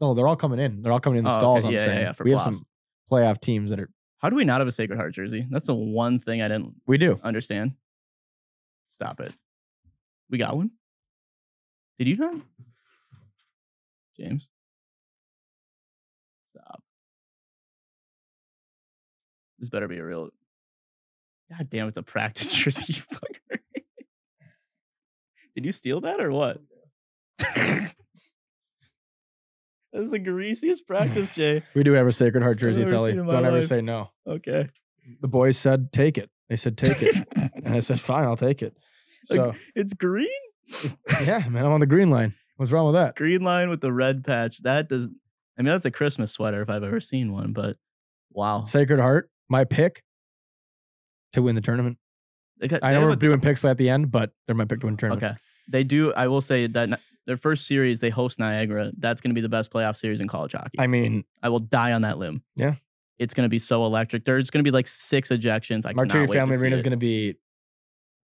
Speaker 2: No, they're all coming in. They're all coming in the
Speaker 1: Oh, okay.
Speaker 2: stalls.
Speaker 1: Yeah,
Speaker 2: I'm
Speaker 1: yeah,
Speaker 2: saying
Speaker 1: yeah, for
Speaker 2: we have
Speaker 1: playoffs.
Speaker 2: some playoff teams that are.
Speaker 1: How do we not have a Sacred Heart jersey? That's the one thing I didn't
Speaker 2: We do.
Speaker 1: understand. Stop it. We got one. Did you not, James? Stop. This better be a real. God damn! It's a practice jersey, you fucker. Did you steal that or what? That's the greasiest practice, Jay.
Speaker 2: We do have a Sacred Heart jersey,
Speaker 1: never
Speaker 2: Telly.
Speaker 1: seen it in
Speaker 2: Don't
Speaker 1: my
Speaker 2: ever
Speaker 1: life.
Speaker 2: say no.
Speaker 1: Okay.
Speaker 2: The boys said, "Take it." They said, "Take it," and I said, "Fine, I'll take it."
Speaker 1: Like-
Speaker 2: So
Speaker 1: it's green.
Speaker 2: yeah, man, I'm on the green line. What's wrong with that?
Speaker 1: green line with the red patch. That does. I mean, that's a Christmas sweater if I've ever seen one. But wow,
Speaker 2: Sacred Heart, my pick to win the tournament.
Speaker 1: They got-
Speaker 2: I
Speaker 1: they
Speaker 2: know
Speaker 1: have
Speaker 2: we're
Speaker 1: a-
Speaker 2: doing picks at the end, but they're my pick to win the tournament.
Speaker 1: okay. They do. I will say that ni- their first series they host Niagara. That's going to be the best playoff series in college hockey.
Speaker 2: I mean,
Speaker 1: I will die on that limb.
Speaker 2: Yeah.
Speaker 1: it's going to be so electric. There's going to be like six ejections. I cannot
Speaker 2: Martyr
Speaker 1: wait
Speaker 2: Family
Speaker 1: to see
Speaker 2: Arena
Speaker 1: it.
Speaker 2: is going to be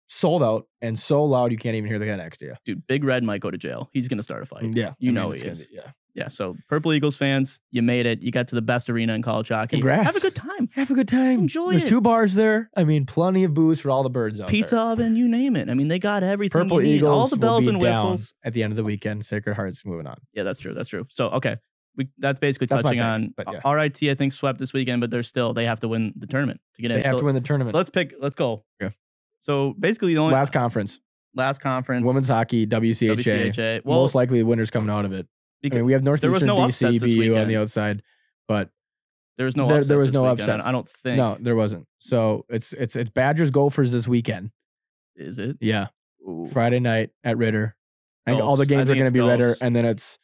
Speaker 2: sold out and so loud you can't even hear the guy next to you.
Speaker 1: Dude, Big Red might go to jail. He's going to start a fight.
Speaker 2: Mm, Yeah,
Speaker 1: you know
Speaker 2: it's
Speaker 1: he
Speaker 2: gonna
Speaker 1: is.
Speaker 2: Be, yeah.
Speaker 1: Yeah. So Purple Eagles fans, you made it. You got to the best arena in college hockey. Have
Speaker 2: Congrats.
Speaker 1: a good time.
Speaker 2: Have a good time.
Speaker 1: Enjoy
Speaker 2: There's
Speaker 1: it.
Speaker 2: two bars there. I mean, plenty of booze for all the birds out
Speaker 1: Pizza
Speaker 2: there.
Speaker 1: oven, you name it. I mean, they got everything.
Speaker 2: Purple
Speaker 1: you need.
Speaker 2: Eagles.
Speaker 1: all the
Speaker 2: will
Speaker 1: bells
Speaker 2: be
Speaker 1: and
Speaker 2: down
Speaker 1: whistles.
Speaker 2: at the end of the weekend. Sacred Hearts moving on.
Speaker 1: Yeah, that's true. That's true. So okay, we, that's basically
Speaker 2: That's my
Speaker 1: touching
Speaker 2: pick,
Speaker 1: on
Speaker 2: but yeah.
Speaker 1: uh, RIT. I think swept this weekend, but they're still they have to win the tournament to get
Speaker 2: They
Speaker 1: in.
Speaker 2: have
Speaker 1: so,
Speaker 2: to win the
Speaker 1: so
Speaker 2: tournament.
Speaker 1: let's pick. Let's go.
Speaker 2: Okay.
Speaker 1: So basically, the only
Speaker 2: Last conference,
Speaker 1: last conference
Speaker 2: women's hockey, WCHA.
Speaker 1: WCHA. Well,
Speaker 2: Most likely the winners coming out of it. I
Speaker 1: because
Speaker 2: mean, we have
Speaker 1: there
Speaker 2: Northeastern
Speaker 1: was no
Speaker 2: BC,
Speaker 1: upsets this
Speaker 2: BU on
Speaker 1: weekend.
Speaker 2: the outside, but
Speaker 1: there was no
Speaker 2: there-
Speaker 1: upsets
Speaker 2: there was
Speaker 1: this
Speaker 2: no
Speaker 1: weekend. I-
Speaker 2: upsets.
Speaker 1: I don't think.
Speaker 2: no, there wasn't. So it's it's it's Badgers Gophers this weekend.
Speaker 1: is it?
Speaker 2: Yeah.
Speaker 1: Ooh.
Speaker 2: Friday night at Ritter. I think all
Speaker 1: Gulfs.
Speaker 2: the
Speaker 1: I
Speaker 2: games are
Speaker 1: think
Speaker 2: going
Speaker 1: it's
Speaker 2: to be Ritter,
Speaker 1: Gulfs.
Speaker 2: and then it's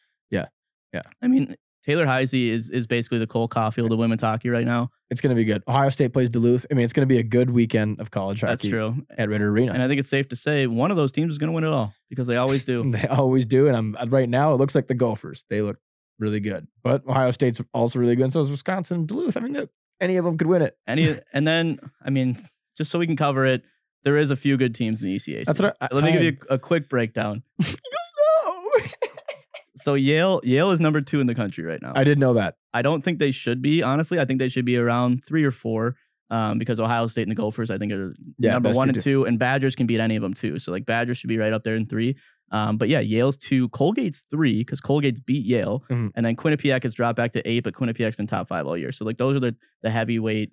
Speaker 1: I mean, Taylor Heisey is is basically the Cole Caulfield of women's hockey right now.
Speaker 2: it's going to be good. Ohio State plays Duluth. I mean, it's going to be a good weekend of college
Speaker 1: That's
Speaker 2: hockey
Speaker 1: true.
Speaker 2: at Ritter
Speaker 1: And
Speaker 2: Arena.
Speaker 1: I think it's safe to say one of those teams is going to win it all because they always do.
Speaker 2: They always do, and I'm uh, right now. It looks like the Gophers. They look really good, but Ohio State's also really good. And so is Wisconsin and Duluth. I mean, they're- any of them could win it.
Speaker 1: Any and then I mean, just so we can cover it, there is a few good teams in the E ECAC.
Speaker 2: That's what I-
Speaker 1: Let me give you
Speaker 2: Time.
Speaker 1: a, a quick breakdown.
Speaker 2: No,
Speaker 1: So Yale, Yale is number two in the country right now.
Speaker 2: I
Speaker 1: I,
Speaker 2: didn't know that.
Speaker 1: don't think they should be. Honestly, I think they should be around three or four. Um, because Ohio State and the Gophers, I think, are
Speaker 2: Yeah,
Speaker 1: number
Speaker 2: best
Speaker 1: one
Speaker 2: two
Speaker 1: and
Speaker 2: do-
Speaker 1: two, and Badgers can beat any of them too. So like Badgers should be right up there in three. Um, but yeah, Yale's two, Colgate's three because Colgate's beat Yale,
Speaker 2: Mhm.
Speaker 1: and then Quinnipiac has dropped back to eight, but Quinnipiac's been top five all year. So like those are the the heavyweight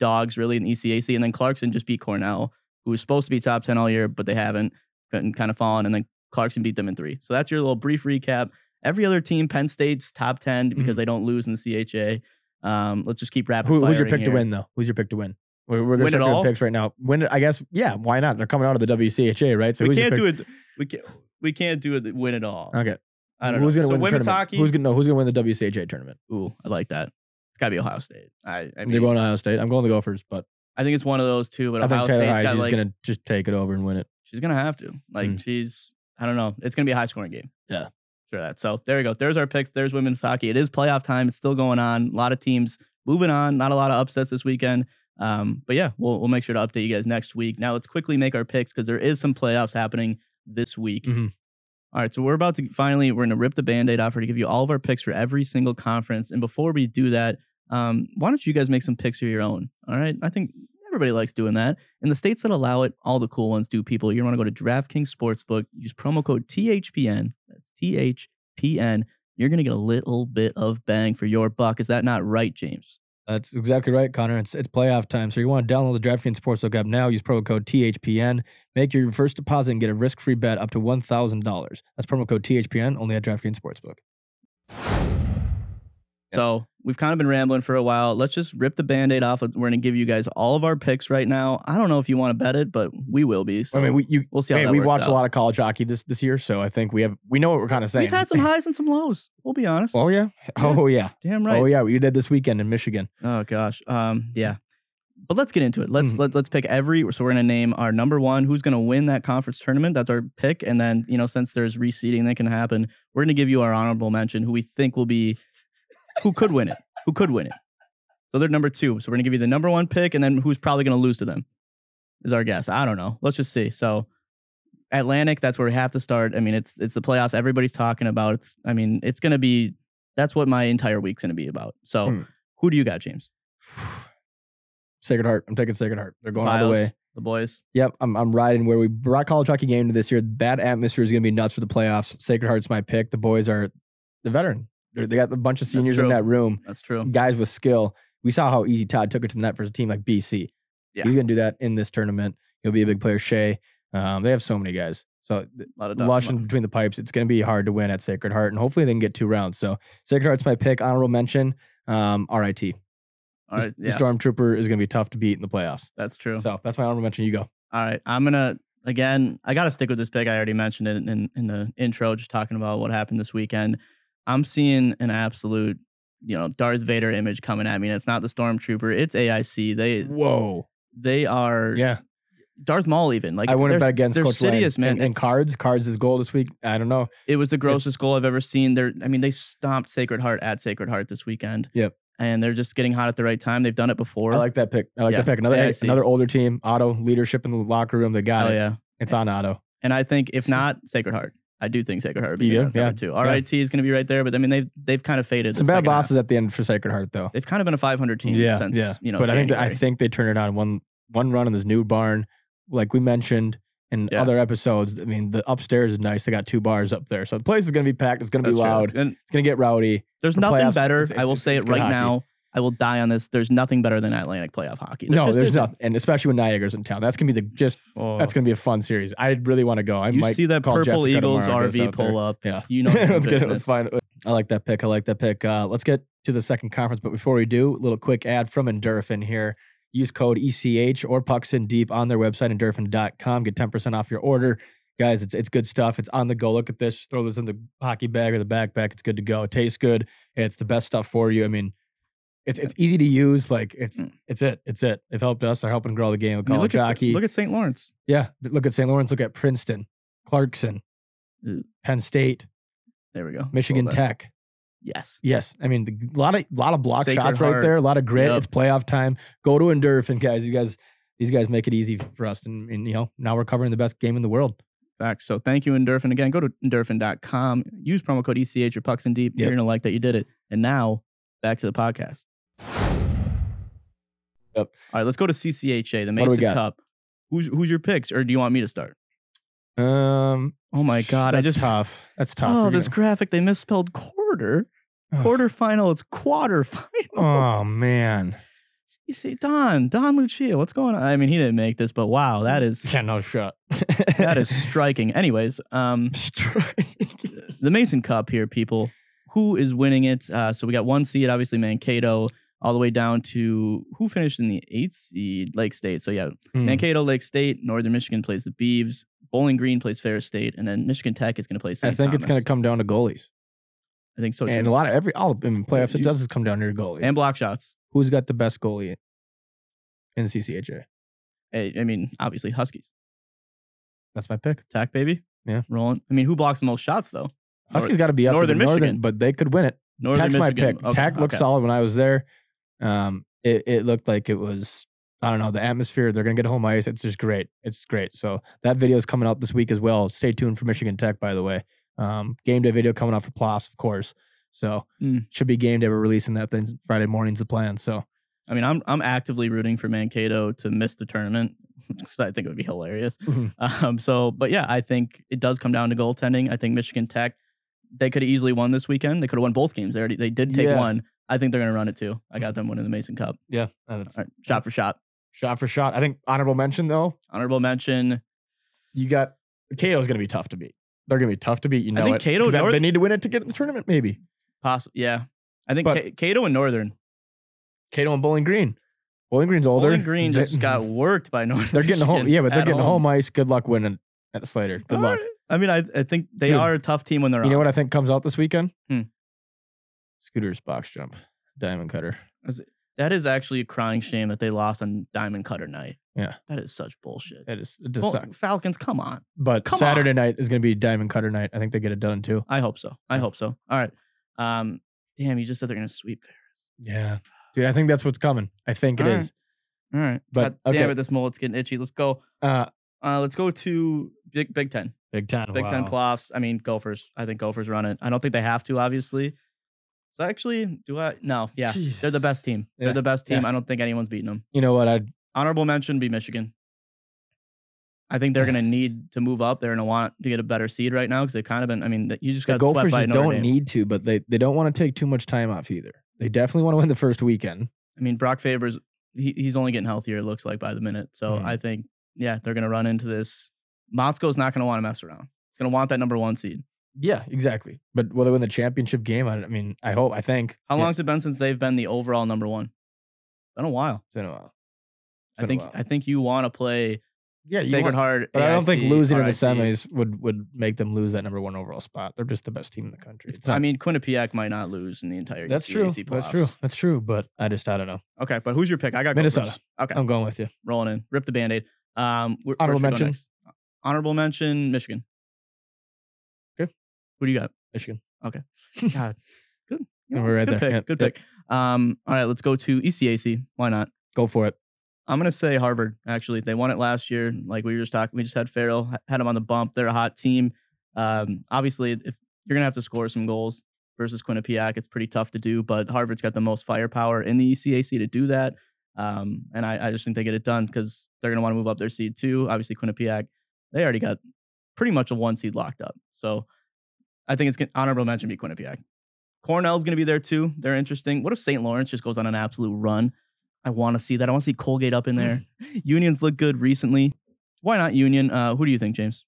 Speaker 1: dogs really in E ECAC, and then Clarkson just beat Cornell, who was supposed to be top ten all year, but they haven't and kind of fallen, and then Clarkson beat them in three. So that's your little brief recap. Every other team, Penn State's top ten because they don't lose in the CHA. Um, let's just keep rapid.
Speaker 2: Mm-hmm. Who, who's your
Speaker 1: firing
Speaker 2: pick to
Speaker 1: here.
Speaker 2: win, though? Who's your pick to win? We're, we're going
Speaker 1: Win
Speaker 2: to
Speaker 1: it
Speaker 2: start
Speaker 1: all?
Speaker 2: doing picks right now. When I guess, yeah. Why not? They're coming out of the WCHA, right?
Speaker 1: we
Speaker 2: who's your
Speaker 1: can't
Speaker 2: pick?
Speaker 1: do it. We can't. We can't do it. Win it all.
Speaker 2: Okay.
Speaker 1: I don't
Speaker 2: who's
Speaker 1: know.
Speaker 2: gonna
Speaker 1: so
Speaker 2: win the
Speaker 1: women's
Speaker 2: tournament?
Speaker 1: hockey.
Speaker 2: Who's gonna no, who's gonna win the WCHA tournament?
Speaker 1: Ooh, I like that. It's got to be Ohio State. I. I
Speaker 2: They're
Speaker 1: mean,
Speaker 2: going to Ohio State. I'm going to the Gophers, but
Speaker 1: I think it's one of those two. But
Speaker 2: I
Speaker 1: Ohio
Speaker 2: think Taylor
Speaker 1: State's
Speaker 2: Heise
Speaker 1: got
Speaker 2: is
Speaker 1: like
Speaker 2: gonna just take it over and win it.
Speaker 1: she's gonna have to. Like
Speaker 2: Mm.
Speaker 1: she's. I don't know. It's gonna be a high scoring game.
Speaker 2: Yeah.
Speaker 1: For that. So there you go. There's our picks. There's women's hockey. It is playoff time. It's still going on. A lot of teams moving on. Not a lot of upsets this weekend. Um, but yeah, we'll we'll make sure to update you guys next week. Now let's quickly make our picks because there is some playoffs happening this week.
Speaker 2: Mhm.
Speaker 1: All right, so we're about to finally we're gonna rip the band-aid off. We're gonna give you all of our picks for every single conference. And before we do that, um, why don't you guys make some picks of your own? All right. I think everybody likes doing that. In the states that allow it, all the cool ones do, people. You're gonna go to DraftKings Sportsbook, use promo code THPN. That's THPN. You're gonna get a little bit of bang for your buck. Is that not right, James?
Speaker 2: That's exactly right, Connor. It's, it's playoff time, so you want to download the DraftKings Sportsbook app now. Use promo code THPN. Make your first deposit and get a risk-free bet up to one thousand dollars. That's promo code THPN only at DraftKings Sportsbook. Yep.
Speaker 1: So we've kind of been rambling for a while. Let's just rip the band-aid off. We're going to give you guys all of our picks right now. I don't know if you want to bet it, but we will be. So
Speaker 2: I mean, we you
Speaker 1: will see how
Speaker 2: hey,
Speaker 1: that
Speaker 2: we
Speaker 1: works
Speaker 2: watched
Speaker 1: out.
Speaker 2: a lot of college hockey this this year, so I think we have we know what we're kind of saying.
Speaker 1: We've had some highs and some lows. We'll be honest.
Speaker 2: oh yeah, oh yeah,
Speaker 1: Damn right.
Speaker 2: oh
Speaker 1: Oh,
Speaker 2: yeah. We did this weekend in Michigan.
Speaker 1: gosh. Um. Yeah. But let's get into it. Let's
Speaker 2: Mhm.
Speaker 1: let, let's pick every. So we're gonna name our number one. Who's gonna win that conference tournament? That's our pick. And then you know, since there's reseeding that can happen, we're gonna give you our honorable mention, who we think will be, who could win it, who could win it. So they're number two. So we're gonna give you the number one pick, and then who's probably gonna lose to them, is our guess. I don't know. Let's just see. So Atlantic, that's where we have to start. I mean, it's it's the playoffs. Everybody's talking about. It's I mean, it's gonna be. That's what my entire week's gonna be about. So
Speaker 2: Hmm.
Speaker 1: who do you got, James?
Speaker 2: Sacred Heart. I'm taking Sacred Heart. They're going all
Speaker 1: Miles,
Speaker 2: the way.
Speaker 1: The boys.
Speaker 2: Yep, I'm I'm riding where we brought college hockey game to this year. That atmosphere is going to be nuts for the playoffs. Sacred Heart's my pick. The boys are the veteran. They're, they got a bunch of seniors in
Speaker 1: true.
Speaker 2: that room,
Speaker 1: That's true.
Speaker 2: guys with skill. We saw how easy Todd took it to the net for a team like BC.
Speaker 1: Yeah.
Speaker 2: He's going to do that in this tournament. He'll be a big player. Shea. Um, they have so many guys. So th-
Speaker 1: A lot of
Speaker 2: lush in between the pipes. It's going to be hard to win at Sacred Heart, and hopefully they can get two rounds. So Sacred Heart's my pick. Honorable mention. Um, RIT.
Speaker 1: All right,
Speaker 2: the
Speaker 1: yeah,
Speaker 2: Stormtrooper is going to be tough to beat in the playoffs.
Speaker 1: that's true.
Speaker 2: So that's my honorable mention. You go.
Speaker 1: All right, I'm gonna again. I gotta stick with this pick. I already mentioned it in in the intro, just talking about what happened this weekend. I'm seeing an absolute, you know, Darth Vader image coming at me, and it's not the stormtrooper. It's AIC. They
Speaker 2: Whoa.
Speaker 1: they are
Speaker 2: Mm-hmm. Yeah.
Speaker 1: Darth Maul even like
Speaker 2: I wouldn't
Speaker 1: they're-
Speaker 2: bet against
Speaker 1: they're
Speaker 2: Coach Lang.
Speaker 1: Sidious, man.
Speaker 2: And, and
Speaker 1: It's-
Speaker 2: cards, cards is goal this week. I don't know.
Speaker 1: It was the grossest goal I've ever seen. They're I mean they stomped Sacred Heart at Sacred Heart this weekend.
Speaker 2: Yep.
Speaker 1: and they're just getting hot at the right time. They've done it before.
Speaker 2: I like that pick. I like
Speaker 1: Yeah.
Speaker 2: that pick. Another
Speaker 1: Yeah, I see.
Speaker 2: another older team. Auto leadership in the locker room. They got
Speaker 1: oh
Speaker 2: it.
Speaker 1: yeah.
Speaker 2: It's on Auto.
Speaker 1: And I think if not Sacred Heart, I do think Sacred Heart would be
Speaker 2: You do?
Speaker 1: number
Speaker 2: Yeah.
Speaker 1: two. RIT is going to be right there, but I mean they've they've kind of faded. the
Speaker 2: Some bad
Speaker 1: second half.
Speaker 2: losses at the end for Sacred Heart though.
Speaker 1: They've kind of been a 500 team
Speaker 2: yeah,
Speaker 1: since
Speaker 2: yeah.
Speaker 1: you know.
Speaker 2: but I think that, I
Speaker 1: January.
Speaker 2: think they turned it on one one run in this new barn, like we mentioned in
Speaker 1: Yeah.
Speaker 2: other episodes. I mean, the upstairs is nice. They got two bars up there, so the place is gonna be packed. It's gonna
Speaker 1: That's
Speaker 2: be
Speaker 1: true.
Speaker 2: loud.
Speaker 1: It's gonna-
Speaker 2: It's gonna get rowdy.
Speaker 1: there's
Speaker 2: For
Speaker 1: nothing
Speaker 2: playoffs,
Speaker 1: better.
Speaker 2: it's-
Speaker 1: I will
Speaker 2: it's-
Speaker 1: say
Speaker 2: it's
Speaker 1: it
Speaker 2: good
Speaker 1: right
Speaker 2: hockey.
Speaker 1: now. I will die on this. There's nothing better than Atlantic playoff hockey. There
Speaker 2: no,
Speaker 1: just
Speaker 2: there's
Speaker 1: isn't.
Speaker 2: nothing, and especially with Niagara's in town, that's gonna be the just
Speaker 1: Oh.
Speaker 2: that's gonna be a fun series. I really want to go. I
Speaker 1: you
Speaker 2: might
Speaker 1: see that
Speaker 2: call
Speaker 1: purple
Speaker 2: Jessica
Speaker 1: Eagles
Speaker 2: tomorrow and get
Speaker 1: RV
Speaker 2: us out there.
Speaker 1: pull up.
Speaker 2: Yeah.
Speaker 1: You know, your
Speaker 2: let's get it.
Speaker 1: business.
Speaker 2: Let's find it. I like that pick. I like that pick. Uh, let's get to the second conference. But before we do, a little quick ad from Endurafin here. Use code ECH or Pucks in Deep on their website, endurafin.com. Get 10% off your order. Guys, it's it's good stuff. It's on the go. Look at this. Just throw this in the hockey bag or the backpack. It's good to go. It tastes good. It's the best stuff for you. I mean, it's it's easy to use. Like it's
Speaker 1: Mm.
Speaker 2: it's it. It's it. They've helped us. They're helping grow the game of
Speaker 1: I mean,
Speaker 2: college
Speaker 1: look, at,
Speaker 2: hockey.
Speaker 1: look at St. Lawrence.
Speaker 2: Yeah. th- Look at St. Lawrence. Look at Princeton, Clarkson,
Speaker 1: Mm.
Speaker 2: Penn State,
Speaker 1: There we go.
Speaker 2: Michigan
Speaker 1: Hold on.
Speaker 2: Tech.
Speaker 1: Yes.
Speaker 2: Yes. I mean, the- a lot of lot of block
Speaker 1: Sacred
Speaker 2: shots right
Speaker 1: Heart.
Speaker 2: there, a lot of grit.
Speaker 1: Yep.
Speaker 2: It's playoff time. Go to Endurafin, guys. You guys, these guys make it easy for us. And, and, you know, now we're covering the best game in the world.
Speaker 1: Facts. So thank you, Endorphin. Again, go to endorphin.com. Use promo code ECH or Pucks and Deep. You're
Speaker 2: Yep.
Speaker 1: going to like that you did it. And now back to the podcast.
Speaker 2: Yep.
Speaker 1: All right, let's go to CCHA, the
Speaker 2: What do we
Speaker 1: Mason
Speaker 2: got?
Speaker 1: Cup. Who's who's your picks, or do you want me to start?
Speaker 2: Um
Speaker 1: Oh my God, I
Speaker 2: that's
Speaker 1: just
Speaker 2: tough. That's tough.
Speaker 1: oh
Speaker 2: We're
Speaker 1: this
Speaker 2: gonna-
Speaker 1: graphic they misspelled quarter
Speaker 2: Ugh.
Speaker 1: quarter final. It's quarter final.
Speaker 2: Oh man.
Speaker 1: You see, Don Don Lucia, what's going on? I mean, he didn't make this, but wow, that is
Speaker 2: Yeah, no shot.
Speaker 1: that is striking. Anyways, um,
Speaker 2: striking.
Speaker 1: the Mason Cup here, people. Who is winning it? Uh, so we got one seed, obviously Mankato, all the way down to who finished in the eighth seed, Lake State. So yeah,
Speaker 2: Hmm.
Speaker 1: Mankato, Lake State, Northern Michigan plays the Beeves, Bowling Green plays Ferris State, and then Michigan Tech is going to play.
Speaker 2: I
Speaker 1: St.
Speaker 2: think it's gonna
Speaker 1: Thomas.
Speaker 2: come down to goalies.
Speaker 1: I think so. Too.
Speaker 2: And
Speaker 1: And,
Speaker 2: a lot of every all I mean playoffs
Speaker 1: You-
Speaker 2: it does come down to your goalie.
Speaker 1: block shots.
Speaker 2: Who's got the best goalie in CCHA?
Speaker 1: I, I mean, obviously Huskies.
Speaker 2: That's my pick.
Speaker 1: Tech baby.
Speaker 2: Yeah.
Speaker 1: rolling. I mean, who blocks the most shots though? Nor-
Speaker 2: Huskies got to be up
Speaker 1: Northern
Speaker 2: to the Northern,
Speaker 1: Michigan.
Speaker 2: but they could win it.
Speaker 1: Northern
Speaker 2: Tech's my
Speaker 1: Michigan.
Speaker 2: pick.
Speaker 1: Okay,
Speaker 2: Tech looks
Speaker 1: okay.
Speaker 2: solid when I was there. Um, it, it looked like it was, I don't know, the atmosphere. They're going to get home ice. It's just great. It's great. So that video is coming out this week as well. Stay tuned for Michigan Tech, by the way. Um, game day video coming out for PLOS, of course. So
Speaker 1: Mm.
Speaker 2: should be game day. We're releasing that thing Friday morning's the plan. So
Speaker 1: I mean, I'm I'm actively rooting for Mankato to miss the tournament because I think it would be hilarious.
Speaker 2: Mhm.
Speaker 1: Um, so, but yeah, I think it does come down to goaltending. I think Michigan Tech they could have easily won this weekend. They could have won both games. They already they did take
Speaker 2: Yeah.
Speaker 1: one, I think they're going to run it too. I got them winning the Mason Cup.
Speaker 2: Yeah, and it's
Speaker 1: All right, shot for shot.
Speaker 2: shot for shot. I think honorable mention though,
Speaker 1: Honorable mention.
Speaker 2: you got Cato's going to be tough to beat. They're going to be tough to beat. You know
Speaker 1: think
Speaker 2: it.
Speaker 1: Cato-
Speaker 2: 'Cause that-
Speaker 1: or-
Speaker 2: they need to win it to get in the tournament. Maybe
Speaker 1: Possible. Yeah. I think
Speaker 2: But-
Speaker 1: Ca- Cato and Northern.
Speaker 2: Cato and Bowling Green. Bowling Green's older.
Speaker 1: Bowling Green
Speaker 2: They-
Speaker 1: just got worked by Northern.
Speaker 2: They're getting home.
Speaker 1: Michigan
Speaker 2: Yeah, but they're
Speaker 1: at
Speaker 2: getting home. ice. Good luck winning at Slater. Good
Speaker 1: All
Speaker 2: luck.
Speaker 1: right. I mean, I, I think they
Speaker 2: Dude,
Speaker 1: are a tough team when they're
Speaker 2: You know
Speaker 1: on.
Speaker 2: what I think comes out this weekend?
Speaker 1: Hmm.
Speaker 2: Scooter's box jump, diamond cutter.
Speaker 1: That is actually a crying shame that they lost on Diamond Cutter night.
Speaker 2: Yeah.
Speaker 1: That is such bullshit.
Speaker 2: It is it does
Speaker 1: Well,
Speaker 2: suck.
Speaker 1: Falcons, come on.
Speaker 2: But
Speaker 1: come
Speaker 2: Saturday night is going to be diamond cutter night. I think they get it done too.
Speaker 1: I hope so. I hope so. All right. Um, damn, you just said they're gonna sweep.
Speaker 2: Yeah, dude, I think that's what's coming. I think it
Speaker 1: All right.
Speaker 2: is.
Speaker 1: All right.
Speaker 2: But,
Speaker 1: God damn
Speaker 2: okay.
Speaker 1: it, this mullet's getting itchy. Let's go.
Speaker 2: Uh,
Speaker 1: Uh, let's go to Big Big Ten.
Speaker 2: Big Ten.
Speaker 1: Big Ten
Speaker 2: Oh, wow.
Speaker 1: playoffs. I mean, Gophers. I think Gophers run it. I don't think they have to, obviously. So actually, do I? No. Yeah.
Speaker 2: Jeez.
Speaker 1: They're the best team.
Speaker 2: Yeah,
Speaker 1: They're the best team.
Speaker 2: yeah.
Speaker 1: I don't think anyone's beaten them.
Speaker 2: You know what? I'd
Speaker 1: Honorable mention be Michigan. I think they're going to need to move up. They're going to want to get a better seed right now because they've kind of been. I mean, th- you just
Speaker 2: the
Speaker 1: got swept
Speaker 2: Gophers
Speaker 1: by
Speaker 2: just
Speaker 1: Notre
Speaker 2: don't
Speaker 1: Dame.
Speaker 2: need to, but they they don't want to take too much time off either. They definitely want to win the first weekend.
Speaker 1: I mean, Brock Faber's he, he's only getting healthier. It looks like by the minute. So
Speaker 2: Mhm.
Speaker 1: I think yeah, they're going to run into this. Moscow's not going to want to mess around. He's going to want that number one seed.
Speaker 2: Yeah, exactly. But will they win the championship game? I, I mean, I hope. I think.
Speaker 1: How
Speaker 2: Yeah,
Speaker 1: long's it been since they've been the overall number one? Been a while.
Speaker 2: It's been a while.
Speaker 1: I
Speaker 2: It's been a
Speaker 1: think
Speaker 2: while.
Speaker 1: I think you want to play
Speaker 2: Yeah, you
Speaker 1: Sacred
Speaker 2: want-
Speaker 1: Heart,
Speaker 2: But I don't think
Speaker 1: AIC,
Speaker 2: losing in the
Speaker 1: RIC.
Speaker 2: semis would would make them lose that number one overall spot. They're just the best team in the country. It's
Speaker 1: I
Speaker 2: not-
Speaker 1: mean, Quinnipiac might not lose in the entire.
Speaker 2: that's true.
Speaker 1: CAC
Speaker 2: That's true.
Speaker 1: playoffs.
Speaker 2: That's true. But I just I don't know.
Speaker 1: Okay, but who's your pick? I got Gophers.
Speaker 2: Minnesota.
Speaker 1: Okay,
Speaker 2: I'm going with you.
Speaker 1: rolling in. Rip the band aid. Um, where- where
Speaker 2: Honorable
Speaker 1: should we go
Speaker 2: mention.
Speaker 1: next? Honorable mention. Michigan.
Speaker 2: Okay.
Speaker 1: Who do you got?
Speaker 2: Michigan.
Speaker 1: God. Good.
Speaker 2: And Oh, we're right
Speaker 1: good
Speaker 2: there.
Speaker 1: Pick,
Speaker 2: Yep,
Speaker 1: Good
Speaker 2: yep.
Speaker 1: pick. Um, all right, let's go to ECAC. Why not?
Speaker 2: Go for it.
Speaker 1: I'm gonna say Harvard. Actually, they won it last year. Like we were just talking, we just had Farrell h- had them on the bump. They're a hot team. Um, obviously, if you're gonna have to score some goals versus Quinnipiac, it's pretty tough to do. But Harvard's got the most firepower in the E ECAC to do that. Um, and I, I just think they get it done because they're gonna want to move up their seed too. Obviously, Quinnipiac, they already got pretty much a one seed locked up. So I think it's gonna, honorable mention be Quinnipiac. Cornell's gonna be there too. They're interesting. What if St. Lawrence just goes on an absolute run? I want to see that. I want to see Colgate up in there. Unions look good recently. Why not Union? Uh, who do you think, James?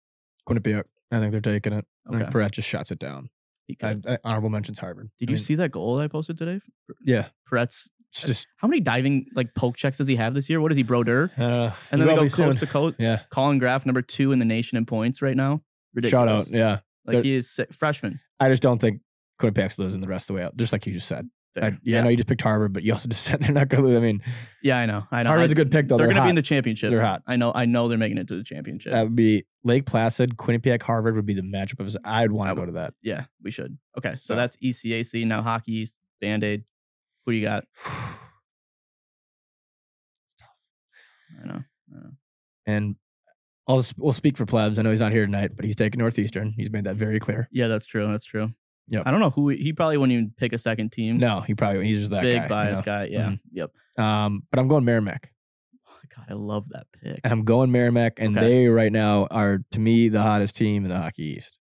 Speaker 2: Quinnipiac. I think they're taking it. I
Speaker 1: Okay.
Speaker 2: think Perret just shots it down.
Speaker 1: He could.
Speaker 2: I, I- honorable mentions Harvard.
Speaker 1: Did
Speaker 2: I
Speaker 1: you
Speaker 2: mean,
Speaker 1: see Uh, that goal I posted today?
Speaker 2: Yeah,
Speaker 1: Pretz.
Speaker 2: it's just
Speaker 1: How many diving like poke checks does he have this year? What is he, Broder?
Speaker 2: uh,
Speaker 1: And then they
Speaker 2: will
Speaker 1: go
Speaker 2: be
Speaker 1: coast
Speaker 2: soon.
Speaker 1: to coast.
Speaker 2: Yeah,
Speaker 1: Colin Graff, number two in the nation in points right now. Ridiculous.
Speaker 2: shout out. Yeah,
Speaker 1: Like he is si- freshman.
Speaker 2: I just don't think Quinnipiac's losing the rest of the way out. Just like you just said.
Speaker 1: there.
Speaker 2: I, yeah, I know you just picked Harvard, but you also just said they're not going to lose. I mean,
Speaker 1: yeah, I know. I know.
Speaker 2: Harvard's
Speaker 1: I-
Speaker 2: a good pick though.
Speaker 1: they're gonna
Speaker 2: hot.
Speaker 1: be in the championship.
Speaker 2: They're hot.
Speaker 1: I know. I know they're making it to the championship.
Speaker 2: That would be Lake Placid, Quinnipiac, Harvard would be the matchup. of- I'd want
Speaker 1: I
Speaker 2: to go
Speaker 1: would-
Speaker 2: to that.
Speaker 1: yeah, we should. Okay, so
Speaker 2: Yeah.
Speaker 1: that's E ECAC now. Hockey East, Band Aid. Who do you got? I know.
Speaker 2: And I'll s- we'll speak for Plebs. I know he's not here tonight, but he's taking Northeastern. He's made that very clear.
Speaker 1: Yeah, that's true. That's true.
Speaker 2: Yep.
Speaker 1: I don't know who he, he probably wouldn't even pick a second team.
Speaker 2: No, he probably he's just that
Speaker 1: Mm-hmm. Big
Speaker 2: guy, you
Speaker 1: bias
Speaker 2: know.
Speaker 1: guy. Yeah.
Speaker 2: Mhm.
Speaker 1: Yep.
Speaker 2: Um, but I'm going Merrimack.
Speaker 1: Oh, God, I love that pick.
Speaker 2: I'm going Merrimack, and
Speaker 1: Okay.
Speaker 2: they right now are to me the hottest team in the Hockey East.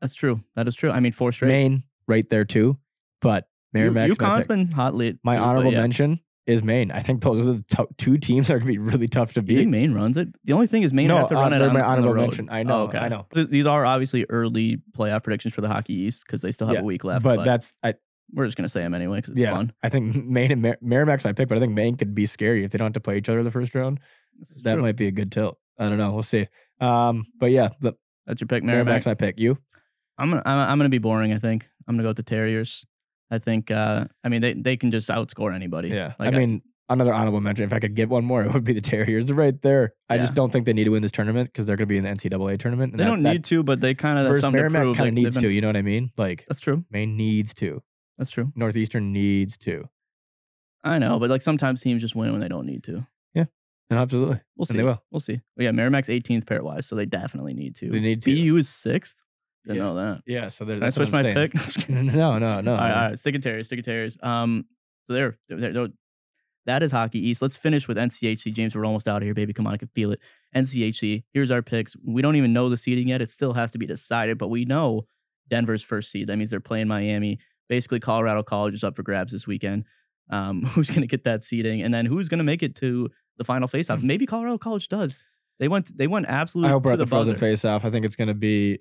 Speaker 1: That's true. That is true. I mean, four straight.
Speaker 2: Maine right there too, but Merrimack.
Speaker 1: UConn's been hot late.
Speaker 2: my
Speaker 1: too, but
Speaker 2: honorable
Speaker 1: yeah.
Speaker 2: mention is Maine. I think those are the top two teams that are going to be really tough to
Speaker 1: You
Speaker 2: beat.
Speaker 1: think Maine runs it? The only thing is Maine
Speaker 2: No,
Speaker 1: have to
Speaker 2: uh,
Speaker 1: run it
Speaker 2: they're
Speaker 1: on,
Speaker 2: my
Speaker 1: on the
Speaker 2: honorable
Speaker 1: road. Oh,
Speaker 2: mention. I know, I know.
Speaker 1: So these are obviously early playoff predictions for the Hockey East because they still have
Speaker 2: Yeah,
Speaker 1: a week left. But,
Speaker 2: but that's I,
Speaker 1: we're just gonna say them anyway because it's
Speaker 2: Yeah.
Speaker 1: fun.
Speaker 2: I think Maine and Mer- Merrimack's my pick, but I think Maine could be scary if they don't have to play each other the first round.
Speaker 1: This is
Speaker 2: That
Speaker 1: true.
Speaker 2: might be a good tilt. I don't know. We'll see. Um, but yeah, the
Speaker 1: That's your pick, Merrimack.
Speaker 2: Merrimack's my pick. You?
Speaker 1: I'm gonna I'm, I'm gonna be boring. I think I'm gonna go with the Terriers. I think. Uh, I mean, they they can just outscore anybody.
Speaker 2: Yeah.
Speaker 1: Like,
Speaker 2: I mean, another honorable mention. If I could get one more, it would be the Terriers. They're right there. I
Speaker 1: Yeah.
Speaker 2: just don't think they need to win this tournament because they're going to be in the NCAA tournament. and
Speaker 1: They
Speaker 2: that-
Speaker 1: don't
Speaker 2: that
Speaker 1: need to, but they kind of have
Speaker 2: versus
Speaker 1: something to
Speaker 2: Merrimack
Speaker 1: prove.
Speaker 2: kind of
Speaker 1: Like, they've
Speaker 2: needs
Speaker 1: been-
Speaker 2: to. You know what I mean? Like
Speaker 1: That's true.
Speaker 2: Maine needs to.
Speaker 1: That's true.
Speaker 2: Northeastern needs to.
Speaker 1: I know, but like sometimes teams just win when they don't need to.
Speaker 2: No, absolutely.
Speaker 1: We'll see.
Speaker 2: And they will.
Speaker 1: We'll see. But yeah, Merrimack's 18th pairwise, so they definitely need to.
Speaker 2: They need to.
Speaker 1: BU is sixth. Didn't
Speaker 2: Yeah.
Speaker 1: know that.
Speaker 2: Yeah. So
Speaker 1: Can I switch my pick? I'm just kidding.
Speaker 2: no, no, no.
Speaker 1: all right, all right. Stick and Terriers. Stick and Terriers. Um, so there, there, there- that is Hockey East. Let's finish with NCHC. James, we're almost out of here, baby. Come on, I can feel it. NCHC, here's our picks. We don't even know the seeding yet. It still has to be decided, but we know Denver's first seed. That means they're playing Miami. basically Colorado College is up for grabs this weekend. Um, who's going to get that seeding, and then who's going to make it to the final faceoff? Maybe Colorado College does. They went. They went absolutely.
Speaker 2: I hope
Speaker 1: to
Speaker 2: we're at
Speaker 1: the,
Speaker 2: the frozen
Speaker 1: buzzer.
Speaker 2: face off. I think it's going to be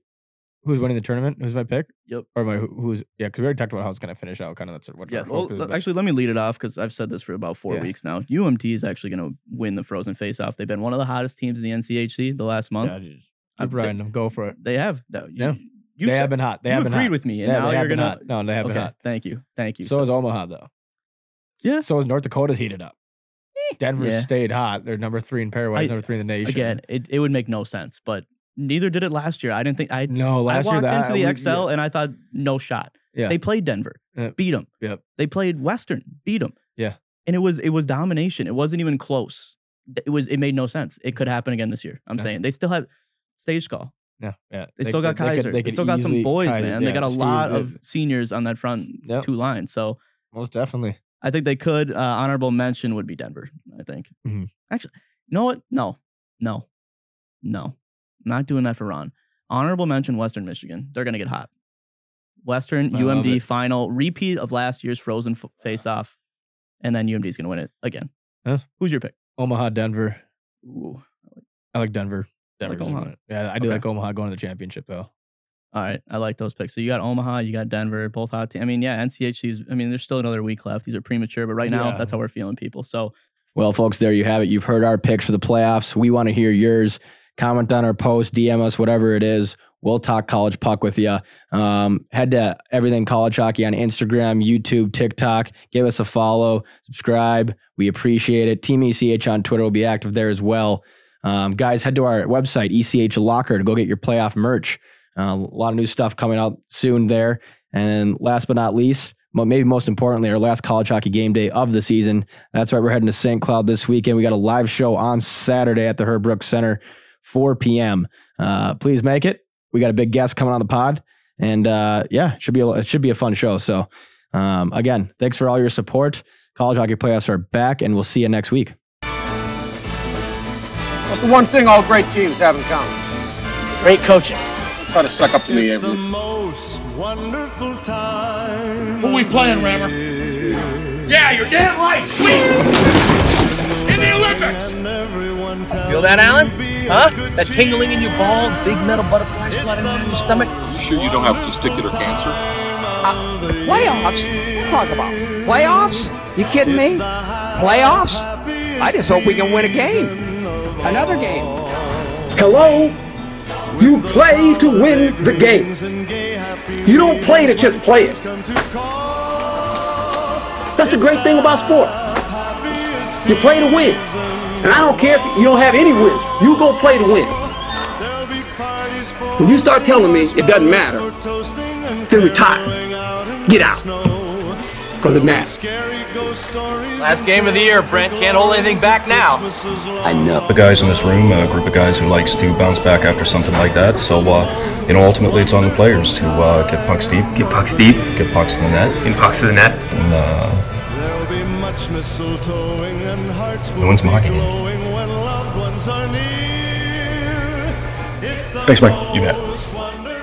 Speaker 2: who's winning the tournament. Who's my pick?
Speaker 1: Yep.
Speaker 2: Or my who- who's yeah? Because we already talked about how it's going to finish out. Kind of that's what.
Speaker 1: Yeah.
Speaker 2: our
Speaker 1: Well, uh,
Speaker 2: hope is,
Speaker 1: le-
Speaker 2: but-
Speaker 1: actually, let me lead it off because I've said this for about four
Speaker 2: Yeah.
Speaker 1: weeks now. UMT is actually going to win the Frozen Faceoff. They've been one of the hottest teams in the NCHC the last month.
Speaker 2: yeah, just
Speaker 1: I'm-
Speaker 2: keep riding them. Go for it.
Speaker 1: They have. No, you,
Speaker 2: Yeah.
Speaker 1: You,
Speaker 2: they
Speaker 1: said-
Speaker 2: have been hot. They
Speaker 1: you
Speaker 2: have been
Speaker 1: agreed
Speaker 2: hot.
Speaker 1: with me, and
Speaker 2: yeah,
Speaker 1: now
Speaker 2: they
Speaker 1: you're
Speaker 2: have been
Speaker 1: gonna.
Speaker 2: hot. No, they have been
Speaker 1: okay.
Speaker 2: hot.
Speaker 1: Thank you. Thank you.
Speaker 2: So is Omaha though.
Speaker 1: Yeah.
Speaker 2: So is North Dakota's heated up. Denver
Speaker 1: Yeah.
Speaker 2: stayed hot. They're number three in pairwise,
Speaker 1: I-
Speaker 2: number three in the nation.
Speaker 1: again, it, it would make no sense, but neither did it last year. I didn't think I.
Speaker 2: no,
Speaker 1: I
Speaker 2: last
Speaker 1: walked
Speaker 2: year that,
Speaker 1: into
Speaker 2: we-
Speaker 1: the
Speaker 2: yeah.
Speaker 1: XL and I thought no shot.
Speaker 2: Yeah.
Speaker 1: They played Denver,
Speaker 2: Yeah.
Speaker 1: beat them.
Speaker 2: Yep.
Speaker 1: They played Western, beat them.
Speaker 2: Yeah.
Speaker 1: And it was it was domination. It wasn't even close. It was it made no sense. It could happen again this year. I'm
Speaker 2: Yeah.
Speaker 1: saying they still have stage call.
Speaker 2: Yeah, yeah.
Speaker 1: They, still got
Speaker 2: could-
Speaker 1: Kaiser.
Speaker 2: could-
Speaker 1: They,
Speaker 2: could
Speaker 1: still got some
Speaker 2: easily
Speaker 1: boys,
Speaker 2: Kaiser-
Speaker 1: man.
Speaker 2: yeah,
Speaker 1: they got a
Speaker 2: Steve's
Speaker 1: lot
Speaker 2: good.
Speaker 1: of seniors on that front
Speaker 2: Yep.
Speaker 1: two lines. So
Speaker 2: most definitely.
Speaker 1: I think they could. Uh, honorable mention would be Denver. I think.
Speaker 2: Mhm.
Speaker 1: Actually, you know what? No, no, no. Not doing that for Ron. Honorable mention: Western Michigan. They're gonna get hot. Western
Speaker 2: I love
Speaker 1: UMD
Speaker 2: it.
Speaker 1: final repeat of last year's Frozen f- face off, and then UMD's gonna win it again.
Speaker 2: Huh?
Speaker 1: Who's your pick?
Speaker 2: Omaha, Denver.
Speaker 1: Ooh.
Speaker 2: I like Denver. Denver.
Speaker 1: Omaha.
Speaker 2: Yeah, I do
Speaker 1: Okay.
Speaker 2: like Omaha going to the championship though.
Speaker 1: All right, I like those picks. So you got Omaha, you got Denver, both hot teams. I mean, yeah, NCHC's. I mean, there's still another week left. These are premature, but right now
Speaker 2: Yeah.
Speaker 1: that's how we're feeling, people. So
Speaker 2: Well, folks, there you have it. You've heard our picks for the playoffs. We want to hear yours. Comment on our post, DM us, whatever it is. We'll talk college puck with you. Um, head to Everything College Hockey on Instagram, YouTube, TikTok. Give us a follow, subscribe. We appreciate it. Team ECH on Twitter will be active there as well. Um, guys, head to our website, ECH Locker, to go get your playoff merch. Uh, a lot of new stuff coming out soon there. And last but not least, mo- maybe most importantly, our last college hockey game day of the season. That's right. We're heading to St. Cloud this weekend. We got a live show on Saturday at the Herb Brooks Center, 4 p.m. Uh, please make it. We got a big guest coming on the pod, and uh, yeah, it should be a, it should be a fun show. So, um, again, thanks for all your support. College hockey playoffs are back, and we'll see you next week.
Speaker 3: That's the one thing all great teams have in common.
Speaker 4: Great coaching.
Speaker 3: Try to suck up to me
Speaker 5: It's
Speaker 3: every
Speaker 5: the most wonderful time.
Speaker 6: Who we playing, Rammer? Yeah, you're damn right. Sweet. In the Olympics.
Speaker 4: Feel that, Alan? Huh? That tingling in your balls, big metal butterflies fluttering in your stomach.
Speaker 6: Sure, you don't have testicular cancer.
Speaker 4: Playoffs? What talk about? Playoffs? You kidding me? Playoffs? I just hope we can win a game. Another game.
Speaker 7: Hello? You play to win the game. You don't play to just play it. That's the great thing about sports. You play to win. And I don't care if you don't have any wins. You go play to win.
Speaker 5: When you start telling me it doesn't matter, then retire. Get out.
Speaker 7: Because it matters.
Speaker 5: Last game of the year, Brent. Can't hold anything back now.
Speaker 4: I know.
Speaker 8: the guys in this room, a group of guys who likes to bounce back after something like that. So, uh, you know, ultimately it's on the players to uh, get pucks deep,
Speaker 9: Get pucks deep,
Speaker 8: get pucks in the net,
Speaker 9: in pucks to the net.
Speaker 8: and uh,
Speaker 5: There'll be much mistletoeing and hearts will
Speaker 8: when's my
Speaker 5: be
Speaker 8: hockey game?
Speaker 5: glowing when loved ones are near. It's the
Speaker 8: Thanks, Mike. You bet.
Speaker 5: most wonderful